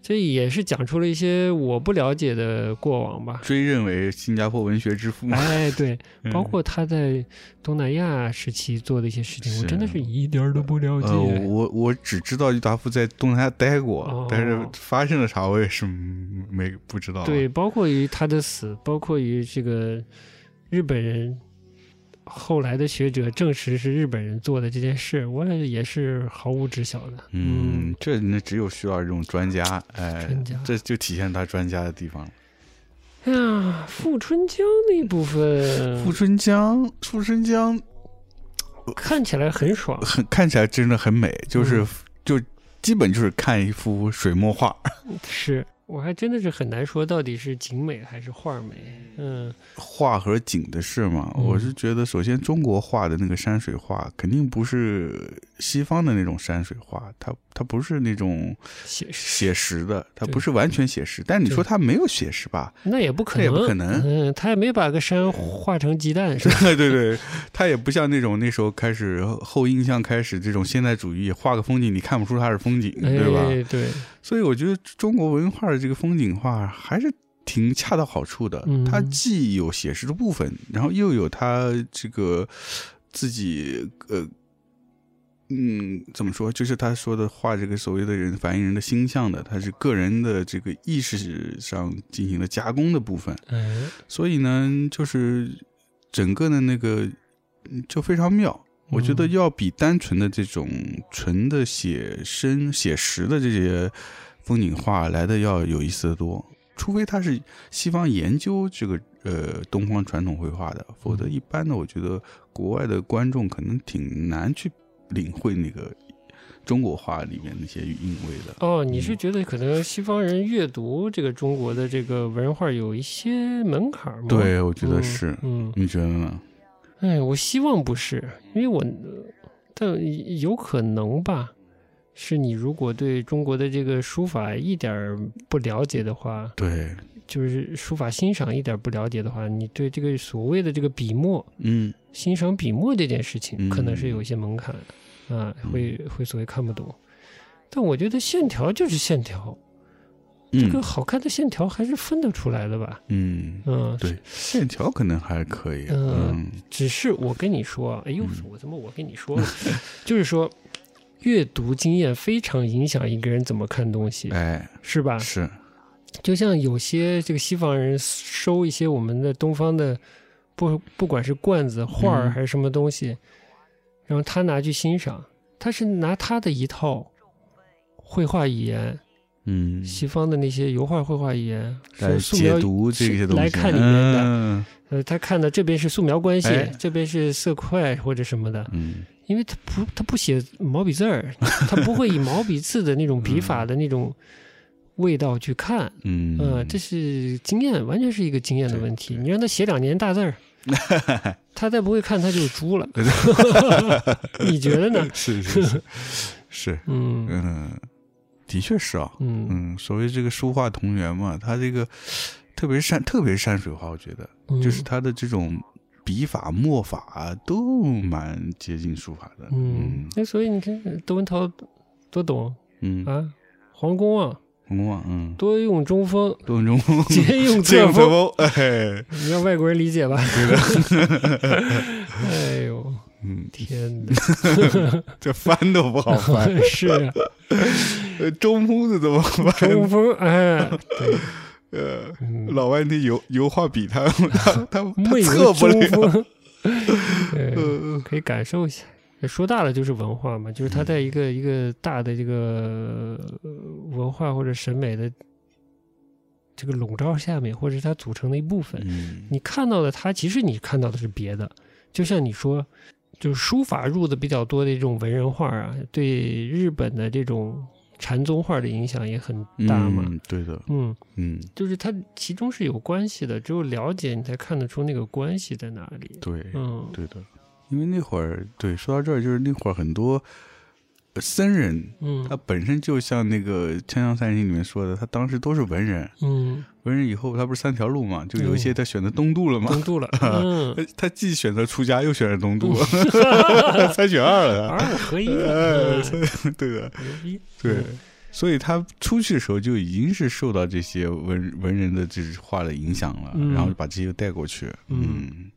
这也是讲出了一些我不了解的过往吧
追认为新加坡文学之父嘛，
哎，对，
嗯
包括他在东南亚时期做的一些事情，
是
我真的是一点儿都不了解。哎
呃，我我只知道郁达夫在东南亚待过
哦，
但是发生了啥我也是嗯没不知道。
对，，包括于他的死，包括于这个日本人后来的学者证实是日本人做的这件事，我也是毫无知晓的。
嗯，这那只有徐老师这种专家，哎，
专家
这就体现他专家的地方了。
哎呀，富春江那部分
富春江，富春江
看起来很爽，
很看起来真的很美，就是、
嗯
就基本就是看一幅水墨 画。
是我还真的是很难说到底是景美还是画美。嗯，
画和景的事嘛，
嗯
我是觉得，首先中国画的那个山水画，肯定不是西方的那种山水画，它它不是那种
写实
写实的，它
对
不是完全写实。但你说
对
它没有写实吧？
那也不可
那
能，
也不可能
嗯，他也没把个山画成鸡蛋，是吧？
对对对，它也不像那种那时候开始后印象开始这种现代主义，画个风景你看不出它是风景， 对吧？
哎，对，
所以我觉得中国文化的这个风景画还是挺恰到好处的，
嗯
它既有写实的部分，然后又有它这个自己呃。嗯，怎么说？就是他说的画，这个所谓的人反映人的星象的，它是个人的这个意识上进行了加工的部分。
嗯，
所以呢，就是整个的那个嗯就非常妙。我觉得
嗯
要比单纯的这种纯的写生、写实的这些风景画来的要有意思的多。除非他是西方研究这个呃东方传统绘画的，否
嗯
则一般的我觉得国外的观众可能挺难去领会那个中国画里面那些韵味的。
哦，你
嗯
是觉得可能西方人阅读这个中国的这个文人画有一些门槛吗？，
对，我觉得是，
嗯，
你觉得呢？
哎，我希望不是，因为我，但有可能吧。是你如果对中国的这个书法一点儿不了解的话，
对，
就是书法欣赏一点儿不了解的话，你对这个所谓的这个笔墨
嗯，
欣赏笔墨这件事情，
嗯
可能是有一些门槛的啊，会会所谓看不懂。但我觉得线条就是线条，这个
嗯，
好看的线条还是分得出来的吧？
嗯，
嗯，
对，线条可能还可以。嗯
嗯只是我跟你说啊，哎呦
嗯，
我怎么我跟你说了？ 就是说，阅读经验非常影响一个人怎么看东西，
哎，
是吧？
是，
就像有些这个西方人收一些我们的东方的不不管是罐子、画儿
嗯
还是什么东西，然后他拿去欣赏，他是拿他的一套绘画语言，
嗯，
西方的那些油画、绘画语言，
来
是素
解
描
读这些东西，
来看里面的，
嗯
呃，他看的这边是素描关系
哎，
这边是色块或者什么的，
嗯
因为他不他不写毛笔字儿，他不会以毛笔字的那种笔法的那种味道去看。
嗯
呃，这是经验，完全是一个经验的问题。你让他写两年大字 儿，他再不会看，他就是猪了。你觉得呢？
是是是是，
嗯
嗯，的确是啊，
嗯
嗯，所谓这个书画同源嘛，它这个特别山，特别山水画，我觉得
嗯，
就是它的这种笔法、墨法啊都蛮接近书法的，
嗯
嗯，
那所以你看，窦文涛多懂
嗯，
啊，黄公望
文王，嗯，
多用中锋，
董仲 公，
兼用
这
侧
个
锋，
风，哎，
你让外国人 理解吧。 哎呦，
嗯，
天哪！
这翻都不好翻，
是啊，
呃中锋是怎 么翻？
中锋哎，对，
呃，
嗯，
老半天油油画笔，他 他他他
没
测
有
不
中
了， 嗯
锋，对，可以感受一下。说大了就是文化嘛，
嗯
就是它在一个一个大的这个呃文化或者审美的这个笼罩下面，或者是它组成的一部分。
嗯
你看到的它，其实你看到的是别的。就像你说，就是书法入的比较多的这种文人画啊，对日本的这种禅宗画的影响也很大嘛。
嗯，对的，
嗯，
嗯，
就是它其中是有关系的，只有了解你才看得出那个关系在哪里。
对，
嗯，
对的，因为那会儿，对，说到这儿，就是那会儿很多呃僧人，
嗯
他本身就像那个《锵锵三人行》里面说的，他当时都是文人，
嗯，
文人以后他不是三条路嘛，就有一些
嗯
他选择东渡了嘛，
东 渡了，嗯，
他他既选择出家，又选择东 渡，三选二了
二
他。
合一
哎
了，嗯
所以对的，
牛逼，
对，所以他出去的时候就已经是受到这些文文人的这画的影响了，
嗯
然后把这些带过去，
嗯
嗯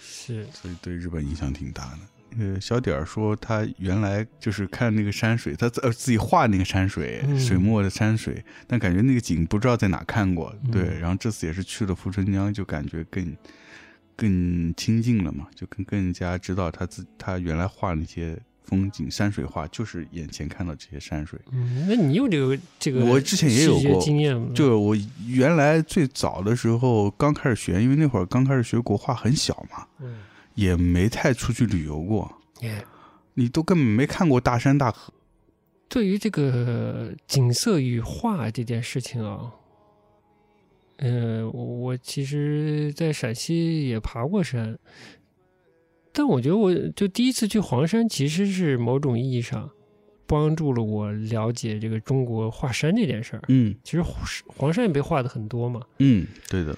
是，
所以对日本影响挺大的。呃，小点儿说他原来就是看那个山水，他自呃自己画那个山水、
嗯
水墨的山水，但感觉那个景不知道在哪看过。
嗯
对，然后这次也是去了富春江，就感觉更更亲近了嘛，就更更加知道他自他原来画那些风景山水画，就是眼前看到这些山水。
嗯，那你有这个这个，
我之前也有过
经验吗？
就我原来最早的时候刚开始学，因为那会儿刚开始学国画很小嘛，
嗯，
也没太出去旅游过。
也
你都根本没看过大山大河。
对于这个景色与画这件事情啊，呃，我我其实，在陕西也爬过山，但我觉得我就第一次去黄山，其实是某种意义上帮助了我了解这个中国画山这件事儿。
嗯
其实黄山黄山也被画的很多嘛，
嗯，对 的，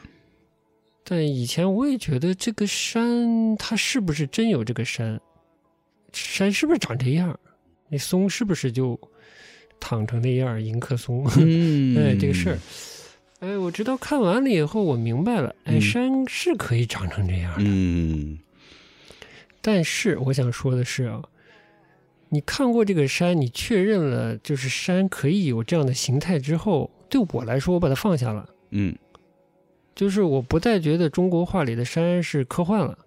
但以前我也觉得这个山它是不是真有这个山，山是不是长这样，那松是不是就躺成那样迎客松？
嗯
哎，这个事儿，，哎，我直到看完了以后，我明白了，哎，
嗯
山是可以长成这样的，
嗯
但是我想说的是啊，你看过这个山，你确认了就是山可以有这样的形态之后，对我来说，我把它放下了，
嗯
就是我不再觉得中国画里的山是科幻了。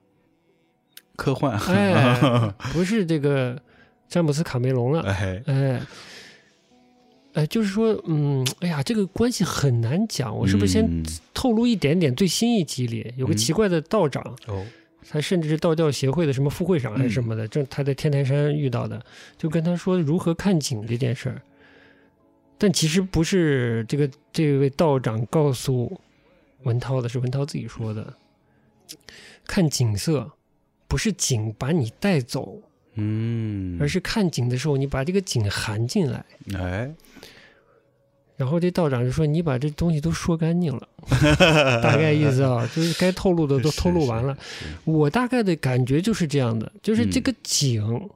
科幻，
哎，不是这个詹姆斯卡梅隆 了，
哎，
哎，哎，就是说，嗯，哎呀，这个关系很难讲。我是不是先
嗯
透露一点点？最新一集里有个
嗯
奇怪的道长，
哦，
他甚至是道教协会的什么副会长还是
嗯
什么的，正他在天台山遇到的，就跟他说如何看景这件事儿。但其实不是这个这位道长告诉文涛的，是文涛自己说的。看景色，不是景把你带走，
嗯，
而是看景的时候，你把这个景含进来。
哎，
然后这道长就说：“你把这东西都说干 净了，大概意思啊，就是该透露的都
是
透露完了。我大概的感觉就是这样的，就是这个景，
嗯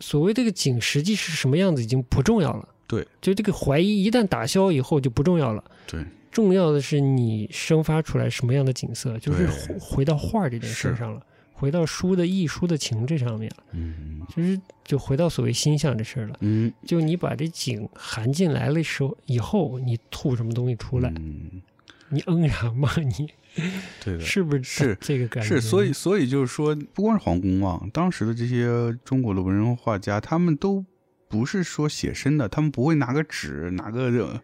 所谓这个景实际是什么样子已经不重要了。
对，
就这个怀疑一旦打消以后就不重要了。
对，
重要的是你生发出来什么样的景色，就是
对
回回到画儿这件事
是
上了，回到书的意、书的情这上面了，
嗯
就是就回到所谓心象这事儿了。
嗯，
就你把这景含进来了时候以后，你吐什么东西出来？
嗯
你嗯啥嘛？ 你
对的，
是不是
是
这个感觉？
是，所以所以就是说，不光是黄公望，当时的这些中国的文人画家，他们都不是说写生的，他们不会拿个纸、拿个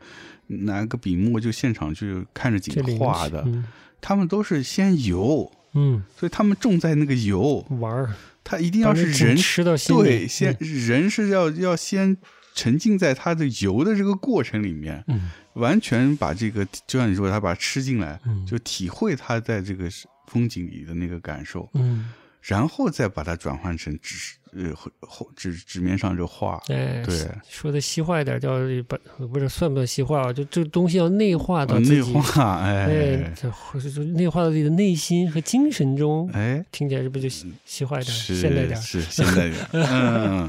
拿个笔墨就现场去看着
这
景
里
画的，
嗯
他们都是先游，
嗯，
所以他们重在那个游，
玩儿，
他一定要是
嗯把那纸
人
吃到心里，
对，
嗯
先人是要要先沉浸在他的游的这个过程里面，
嗯
完全把这个就像你说的，他把它吃进来，
嗯
就体会他在这个风景里的那个感受，
嗯，
然后再把它转换成纸呃后后纸纸面上这画，
哎，
对，
说的西化一点叫把不是算不算西化啊？就这东西要内化到
呃
自己，
内化，
哎
哎，
这或者说内化到自己的内心和精神中。
哎，
听起来是不是就西西化一点，
是
现代点？
是现代点，嗯，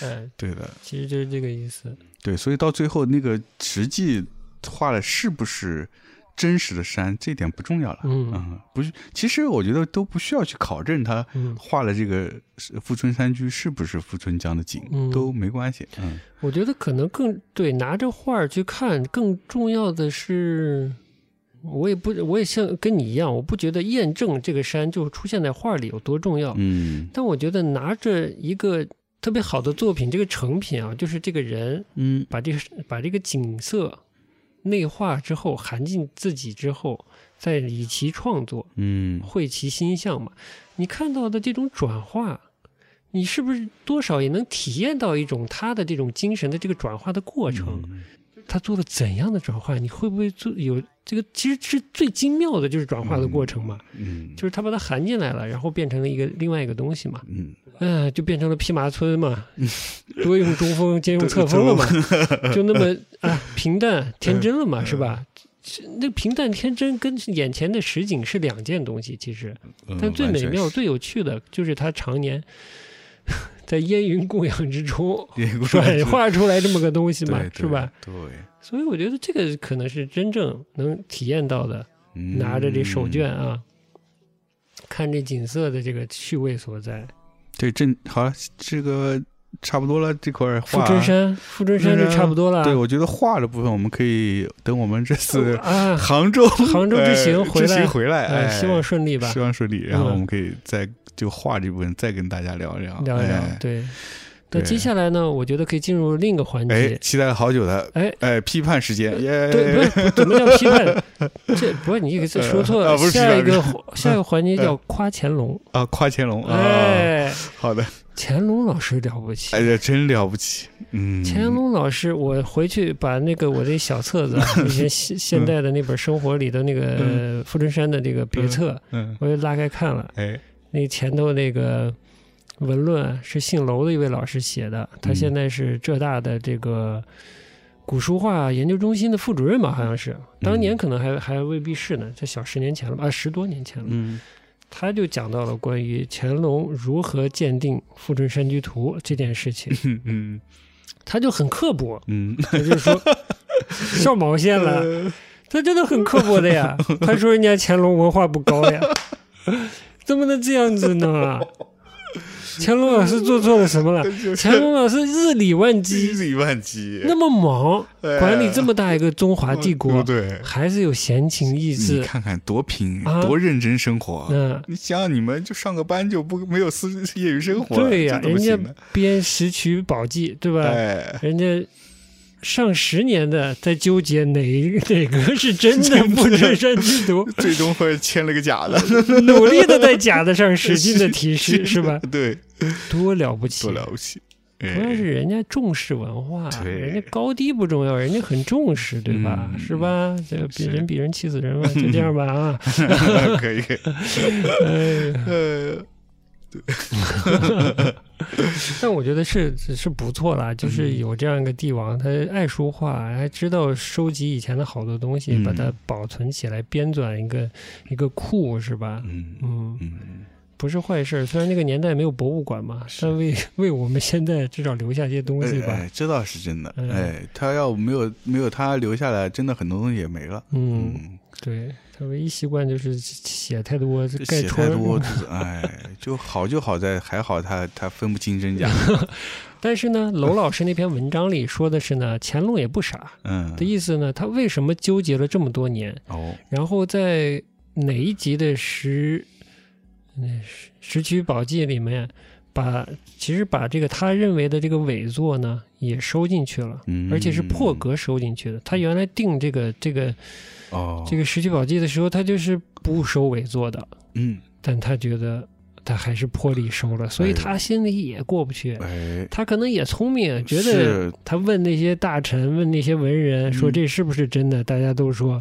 嗯，
对的，
其实就是这个意思。
对，所以到最后那个实际画的是不是真实的山，这点不重要了。
嗯
嗯，不是，其实我觉得都不需要去考证他
嗯
画的这个是富春山居是不是富春江的景，
嗯
都没关系。嗯，
我觉得可能更对拿着画儿去看，更重要的是，我也不，我也像跟你一样，我不觉得验证这个山就出现在画儿里有多重要，
嗯
但我觉得拿着一个特别好的作品，这个成品啊，就是这个人
嗯，
把这个把这个景色内化之后，含进自己之后，再以其创作，
嗯，
会其心象嘛。你看到的这种转化，你是不是多少也能体验到一种他的这种精神的这个转化的过程？他做了怎样的转化？你会不会做有这个？其实是最精妙的，就是转化的过程嘛。
嗯，
就是他把它含进来了，然后变成了一个另外一个东西嘛，
嗯，
嗯、就变成了披麻村嘛，多用中锋兼用侧锋嗯了嘛，就那么啊平淡天真了嘛，是吧？是那平淡天真跟眼前的实景是两件东西，其实。
嗯
但最美妙、
完全是
最有趣的就是他常年 在烟云供养之 中
也不
转化出来这么个东西
对
嘛，
对
是吧？
对，
所以我觉得这个可能是真正能体验到的，
嗯
拿着这手绢，啊，看这景色的这个趣味所在。
对，这好了，这个差不多了，这块
富
画。
春山，富春山就差不多了。
对，我觉得画的部分我们可以等我们这 次
啊，
杭州
杭州之行
呃
回来
之行回来，
哎，
哎
希望顺利吧
希，望顺利，然后
嗯
我们可以再就画这部分再跟大家聊一聊，
聊一聊
哎。
对，那
对
接下来呢，我觉得可以进入另一个环
哎
节，。
期待了好久的
哎，
哎批判时间，耶！
对，不是不怎么叫批判，这不是你这说错
呃啊
了。
不是
下一
批
个
判
环下一个环节叫夸乾隆，
啊，夸乾隆啊，
哎，
好的，
乾隆老师了不起
哎。呀，真了不起，嗯，
乾隆老师，我回去把那个我这小册 子啊，以前现现
嗯
代的那本《生活》里的那个呃富春山的这个别册，
嗯，
我就拉开看了。
哎，
那前头那个文论啊是姓楼的一位老师写的，他
嗯
现在是浙大的这个古书画研究中心的副主任吧，好像
嗯
是。当年可能还还未必是呢，这小十年前了吧，啊，十多年前了。
嗯
他就讲到了关于乾隆如何鉴定《富春山居图》这件 事情，
嗯嗯
他就很刻薄，
嗯，
他就说笑毛线了，他真的很刻薄的 呀。他说人家乾隆文化不高呀， 怎么能这样子呢？啊乾隆老师做错了什 么了？乾隆老师日理万
一
机，
里万机，
那么忙，
哎嗯
管理这么大一个中华帝
对
国
不， 对，
还是有闲情逸
你
致。
看看多拼，
啊
多认真生活。
嗯，
你想想，你们就上个班就不没有私业余生活，
对呀、
这怎
人
么
家啊
行呢？
编《石渠宝记》，对吧？
哎，
人家上十年的在纠结哪一哪个是真的《富春山居图》，
最终会签了个假的，
努力的在假的上使劲的 提示， 是吧？
对，
多了不起！
多了不起。哎
主要是人家重视文化，
对
人家高低不重要，人家很重视，对吧？
嗯
是吧？这个比
是
人比人气死人 嘛，就这样吧啊！
哎 可以， 可以
哎
呃，
但我觉得是是不错啦，
嗯
就是有这样一个帝王，他爱书画，还知道收集以前的好多东西，
嗯
把它保存起来，编纂一个一个库，是吧？
嗯
嗯，
嗯，
不是坏事儿。虽然那个年代没有博物馆嘛，
是
但为 为我们现在至少留下些东西吧。
哎，这倒是真的。
嗯
哎，他要没有没有他留下来，真的很多东西也没了。
嗯
嗯
嗯，对他唯一习惯就是写太多，盖
写太
戳
多，就是哎，就好就好在还好他他分不清 真假，
但是呢，娄老师那篇文章里说的是呢，乾隆也不傻
嗯，
的意思呢，他为什么纠结了这么多年？
哦，
然后在哪一集的十那十十曲宝记里面，把其实把这个他认为的这个伪作呢也收进去了。
嗯，
而且是破格收进去的。他原来定这个这个
哦，
这个《石渠宝记》的时候，他就是不收伪作的，
嗯，
但他觉得他还是破例收了，所以他心里也过不去。
哎，
他可能也聪明，觉得
是
他问那些大臣、问那些文人，说
嗯
这是不是真的？大家都说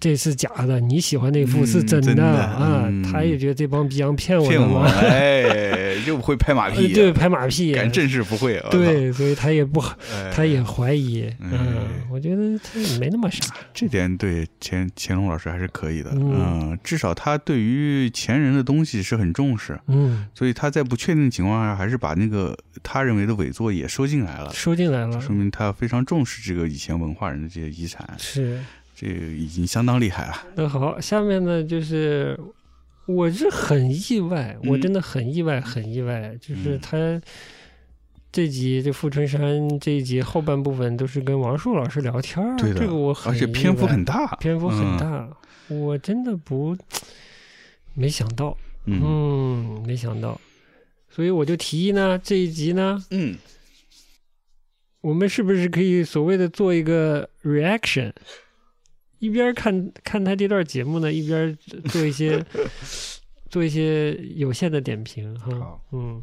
这是假的，你喜欢那幅
嗯
是
真的
啊。
嗯
他也觉得这帮逼样骗我
骗
呢
我，
嘛，
哎，又不会拍马
呃
屁，
对，，拍马屁，
干正事不会，我操，
对，所以他也不，
哎
他也怀疑。
哎
嗯，我觉得他也没那么傻。
这点对乾乾隆老师还是可以的，
嗯
嗯，至少他对于前人的东西是很重视，
嗯，
所以他在不确定情况下，还是把那个他认为的伪作也收进来了，
收进来了，
啊说明他非常重视这个以前文化人的这些遗产，
是。
这个已经相当厉害了。
那好，下面呢就是，我是很意外，
嗯
我真的很意外，很意外，就是
嗯
他这集这傅春山这一集后半部分都是跟王树老师聊天儿，
对的
这个我很
而且
意外
篇幅很，嗯大，
篇幅很大，我真的不没想到，
嗯，
嗯，没想到，所以我就提议呢，这一集呢，
嗯
我们是不是可以所谓的做一个 reaction，一边看看他这段节目呢，一边做一些做一些有限的点评哈
好。
嗯，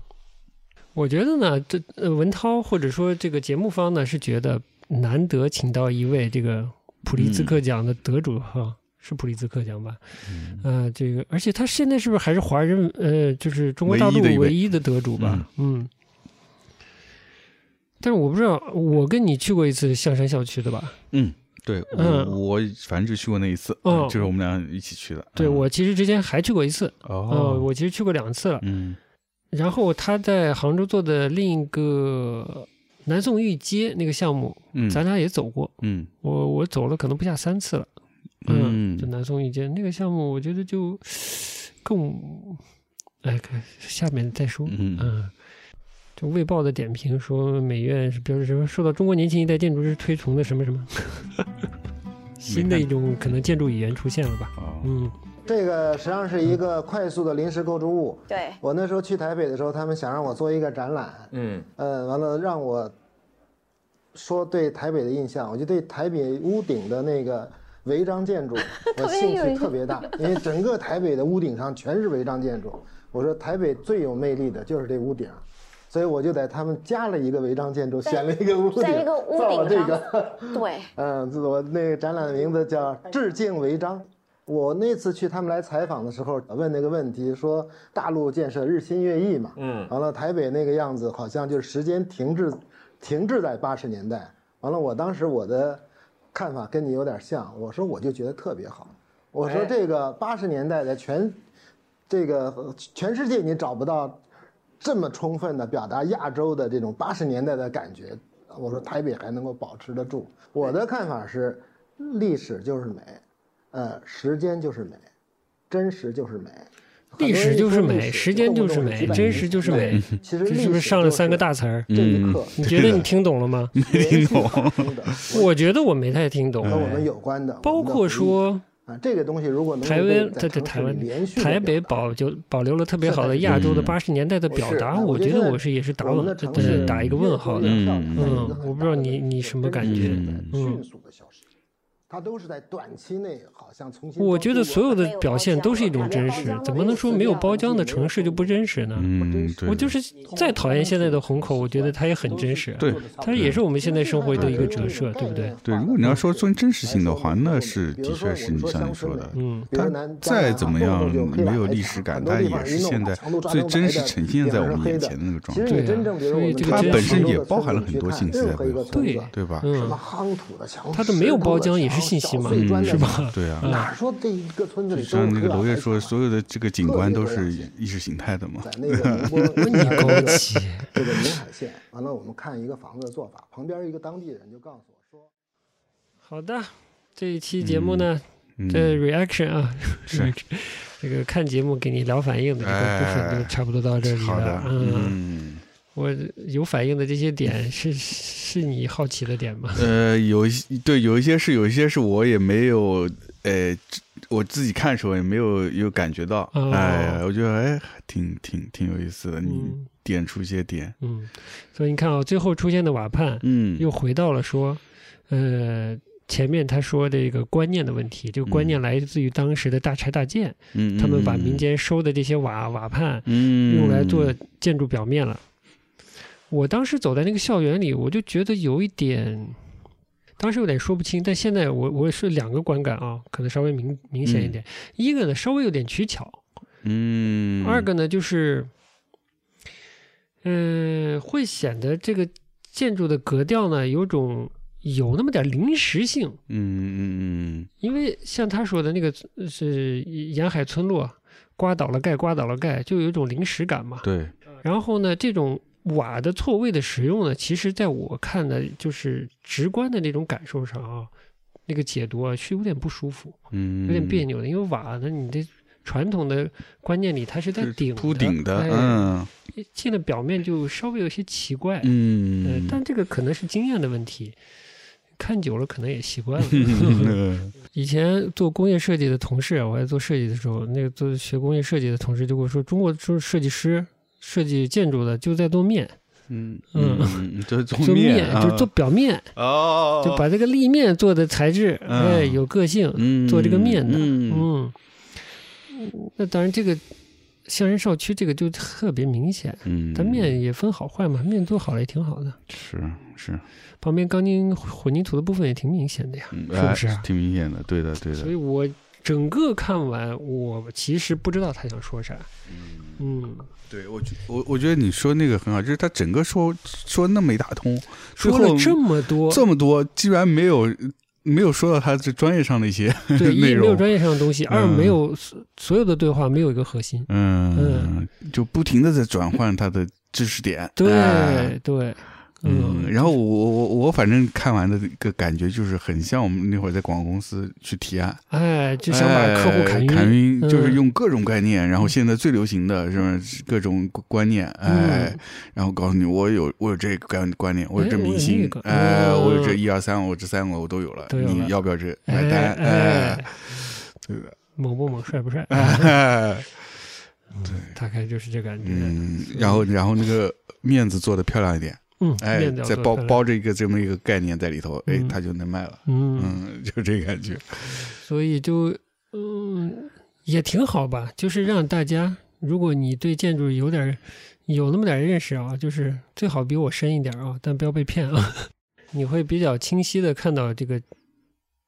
我觉得呢，这、呃、文涛或者说这个节目方呢是觉得难得请到一位这个普利兹克奖的得主哈。是普利兹克奖吧？
嗯
呃，这个，而且他现在是不是还是华人？呃，就是中国大
唯
陆
一的一位
唯一的得主吧？嗯。但是我不知道，我跟你去过一次象山校区的吧？
嗯，对我
嗯
我反正就去过那一次，
哦
就是我们俩一起去的。
对，
嗯
我其实之前还去过一次，呃，
哦，
我其实去过两次了。
嗯
然后他在杭州做的另一个南宋御街那个项目，
嗯，
咱俩也走过，
嗯
我我走了可能不下三次了。嗯，就南宋御街那个项目，我觉得就更，哎，可下面再说。
嗯
嗯，就《卫报》的点评说，美院是表示什么受到中国年轻一代建筑师推崇的什么 什么，新的一种可能建筑语言出现了吧？
啊
哦
嗯，
这个实际上是一个快速的临时构筑物。
对，
我那时候去台北的时候，他们想让我做一个展览，
嗯，
呃，完了让我说对台北的印象，我就对台北屋顶的那个违章 建筑，我兴趣特别大，因为整个台北的屋顶上全是违章建筑。我说台北最有魅力的就是这屋顶，所以我就在他们加了一个违章建筑，选了一个屋顶，
在一个屋
造了
顶
这
上
个。
对，
嗯，自我那个展览的名字叫《致敬违章》。我那次去他们来采访的时候，问那个问题，说大陆建设日新月异嘛，
嗯
完了台北那个样子好像就是时间停滞，停滞在八十年代。完了，我当时我的看法跟你有点像，我说我就觉得特别好，我说
哎
这个八十年代的全，这个呃全世界你找不到这么充分的表达亚洲的这种八十年代的感觉，我说台北还能够保持得住。我的看法是，历史就是美，呃，时间就是美，真实就是美。
历史就是美，时间就
就是
美，真实就是 美。。
其实
这
历史
是不是上了三个大
就
词儿？
嗯
是这一刻
你觉得你听懂了吗？
没听懂
的，
我觉得我没太听懂
和。我们有关的，
包
我们的
括
回忆
说
啊，这个东西如果能够
台湾，
在
在
城市
台
里
湾
连续地
台北
表达
保就保留了特别好的
是
亚洲的
嗯
八十年代的表达，
我是
我
我觉
觉得
得
我是也是打
我们
了
的城市
对打一个问号的。
嗯
嗯我不知道你你什么感
觉
嗯
嗯
迅速的消失，它都是在短期内好像重新。
我觉得所有的表现都是一种真实，怎么能说没有包浆的城市就不真实呢？
嗯，对，
我就是再讨厌现在的虹口，我觉得它也很真实。
对，
它也是我们现在生活的一个折射，对不对？
对，如果你要说从真实性的话，那是的确是你像你说的，
嗯，
比如
它
南加拿
再
大
怎么
动
样
不动就黑
没
白
有
黑
历
白
史
很
感，
多
它
地
也
方
是
一弄
现在
墙都抓
最
成
真
白
实
的
呈现在
顶上
我
是
们
黑
眼
的
前的那个状
其实
态，
你
对
真
啊
正比如
所
我
以
们
这个
到
真
杭
实
州
也
的
包
村
含了
子
很
去
多
看
信息在
任
里
何一个
面
村
对
子
对吧？
什
嗯，
么夯土的墙，
它都没有包浆也是信息嘛
石头
嗯
的墙小碎砖的
是吧
墙
对啊
哪说这一个村子里都
像那个
有
娄烨说，
黑白
所有的这个景观都是意识形态的嘛
在。那个 宁波
问你高级。
这个宁海县，完了我们看一个房子的做法，旁边一个当地人就告诉我说。
好的，这一期节目呢，
嗯
这 reaction 啊，
是
这个看节目给你聊反应的这个部分
哎
就差不多到这里
好的
了。，嗯，
嗯。
我有反应的这些 点是是你好奇的点吗？
呃，有一些对，有一些是有一些是我也没有，呃，我自己看的时候也没有有感觉到，
哦
哎，我觉得哎，挺挺挺有意思的，你
嗯
点出一些点，
嗯，所以你看啊、最后出现的瓦畔，
嗯，
又回到了说，呃，前面他说这个观念的问题，这个观念来自于当时的大拆大建，
嗯
他们把民，间收的这些瓦瓦畔
嗯，
用来做建筑表面了。我当时走在那个校园里，我就觉得有一点，当时有点说不清，但现在我我是两个观感啊，可能稍微明明显一点。一个呢，稍微有点取巧，
嗯，
二个呢就是，嗯、会显得这个建筑的格调呢有种有那么点临时性，
嗯，嗯嗯
因为像他说的那个呃是沿海村落，刮倒了盖，刮倒了盖，就有一种临时感嘛
嗯，。对，
然后呢，这种瓦的错位的使用呢，其实在我看的就是直观的那种感受上啊，那个解读啊是有点不舒服，
嗯，
有点别，扭的，因为瓦呢你的。传统的观念里，它是在顶
秃顶的，
哎
嗯
进了表面就稍微有些奇怪，呃
嗯，
但 这个可能是经验的问题，看久了可能也习惯 了。
嗯
以前做工业设计的同事，啊我在做设计的时候，那个做学工业设计的同事就跟我说，中国就是设计师设计建筑的就在做面，
嗯嗯，就是做
做面
啊
就是做表面，
哦，
就把这个立面做的材质，
嗯
哎，有个性，
嗯
做这个面的，
嗯
嗯，那当然这个象山少区这个就特别明显。
嗯，
但面也分好坏嘛，面做好了也挺好的。
是是，
旁边钢筋混凝土的部分也挺明显的呀。
嗯
是不
哎
是啊
挺明显的？对的，对
所
的。
以我整个看完，我其实不知道他想说啥。嗯，
对我觉我我觉得你说那个很好，就是他整个说说那么一大通，
说
最
了
后
这么多，
这么多，居然没有没有说到他这专业上的一些
对，
内
一没有
容。
专业上的东西，二
嗯
没有所所有的对话没有一个核心。
嗯，就不停的在转换他的知识点。哎
对对，
嗯，然后我我我我反正看完的一个感觉就是很像我们那会儿在广告公司去提案，
哎，就想把客户
砍
砍晕。
哎砍晕就是
嗯
用各种概念，然后现在最流行的什么各种观念，哎，然后告诉你我有我有这个观观念，我有这
嗯哎我有
明星
那个，
哎，
嗯
我有这一二三，我这三个我都有了，
都有
你
了
要不要这买
哎
单？哎
哎，，
对的，
猛不猛，帅不帅？
哎
大概就是这感觉。
嗯，然后然后那个面子做的漂亮一点，
嗯，
哎
面子，要
再
做
包
漂亮
包着一个这么一个概念在里头，哎
嗯，
它就能卖了，
嗯
嗯，就这个感 觉，
所以就嗯也挺好吧，就是让大家，如果你对建筑有点儿有那么点儿认识啊，就是最好比我深一点啊，但不要被骗啊， 你会比较清晰的看到这个。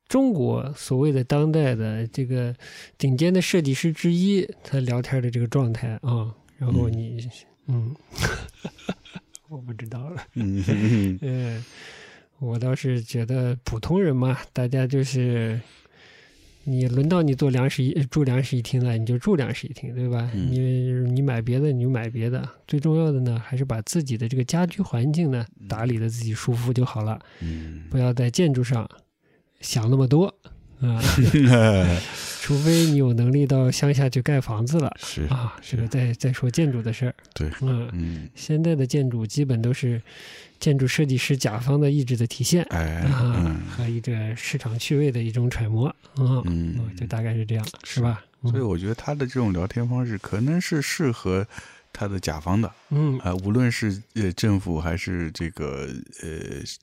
中国所谓的当代的这个顶尖的设计师之一，他聊天的这个状态啊，然后
嗯
你，嗯， 我不知道了。
嗯，
嗯，我倒是觉得普通人嘛，大家就是，你轮到你做两室一住两室一厅了，你就住两室一厅，对吧？
嗯
你你买别的你就买别的，最重要的呢，还是把自己的这个家居环境呢打理的自己舒服就好了，
嗯
不要在建筑上想那么多啊，除非你有能力到乡下去盖房子了
是，
啊。这个
是
再再说建筑的事儿，
对，
嗯。
嗯，
现在的建筑基本都是建筑设计师甲方的意志的体现
哎，
啊
嗯，。
和一个市场趣味的一种揣摩，嗯，
嗯
嗯就大概是这样，
是
是吧？
所以
嗯
我觉得他的这种聊天方式可能是适合他的甲方的啊、
嗯，
呃无论是呃政府还是这个呃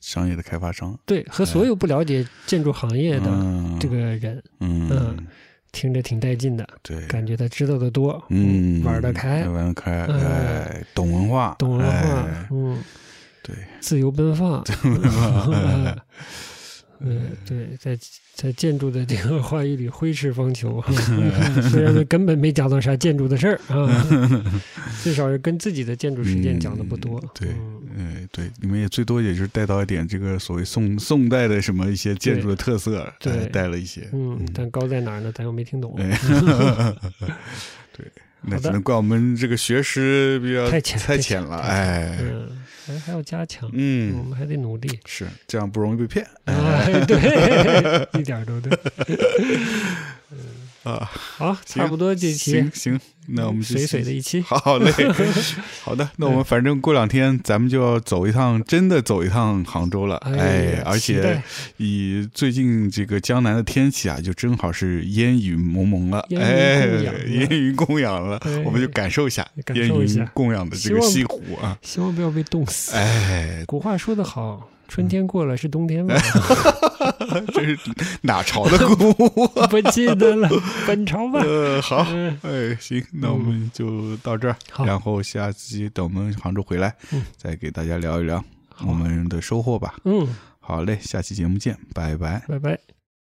商业的开发商。
对，和所有不了解建筑行业的
嗯，
这个人
嗯，
嗯听着挺带劲的，
对，
感觉他知道的多，
嗯，
玩得开，
玩得开，
嗯
哎，懂文化，
懂文化
哎，
嗯，
对，
自由奔 放，
哎
嗯，嗯对，在在建筑的这个话语里挥斥方 遒，虽然根本没讲到啥建筑的事儿 啊，至少是跟自己的建筑实践讲的不多
嗯。对
嗯
哎，对，你们也最多也就是带到一点这个所谓宋宋代的什么一些建筑的特色，哎
对
带了一些，
嗯，但高在哪儿呢？咱又没听懂，
哎，对，那
好的
只能怪我们这个学识比较
太浅
太
太
浅
浅
了，
太
哎，
嗯，还还要加强，我
嗯，
们还得努 力。啊
是这样不容易被骗。
哎，对，一点儿都对。
啊、 啊，
好，差不多这期
行行，那我们就
水水的一期，
好 嘞，好的，那我们反正过两天咱们就要走一趟，真的走一趟杭州了，哎
呀，
而
期
且
待
以最近这个江南的天气啊，就正好是烟雨蒙蒙了，
烟
哎
云供养，
烟
了
云供养了
对，
我们就感受一下
感
烟
受一
云
下
供养的这个西湖啊，
希望不要被冻死。
哎， 嗯
古话说得好，春天过了是冬天吧？
这是哪朝的古物？
不记得了， 本 朝吧。
呃，好，
嗯
哎，行，那我们就到这儿，
好
然后下期等我们杭州回来，
嗯
再给大家聊一聊我们的收获吧。
嗯，
好嘞，下期节目见，拜拜。
拜拜。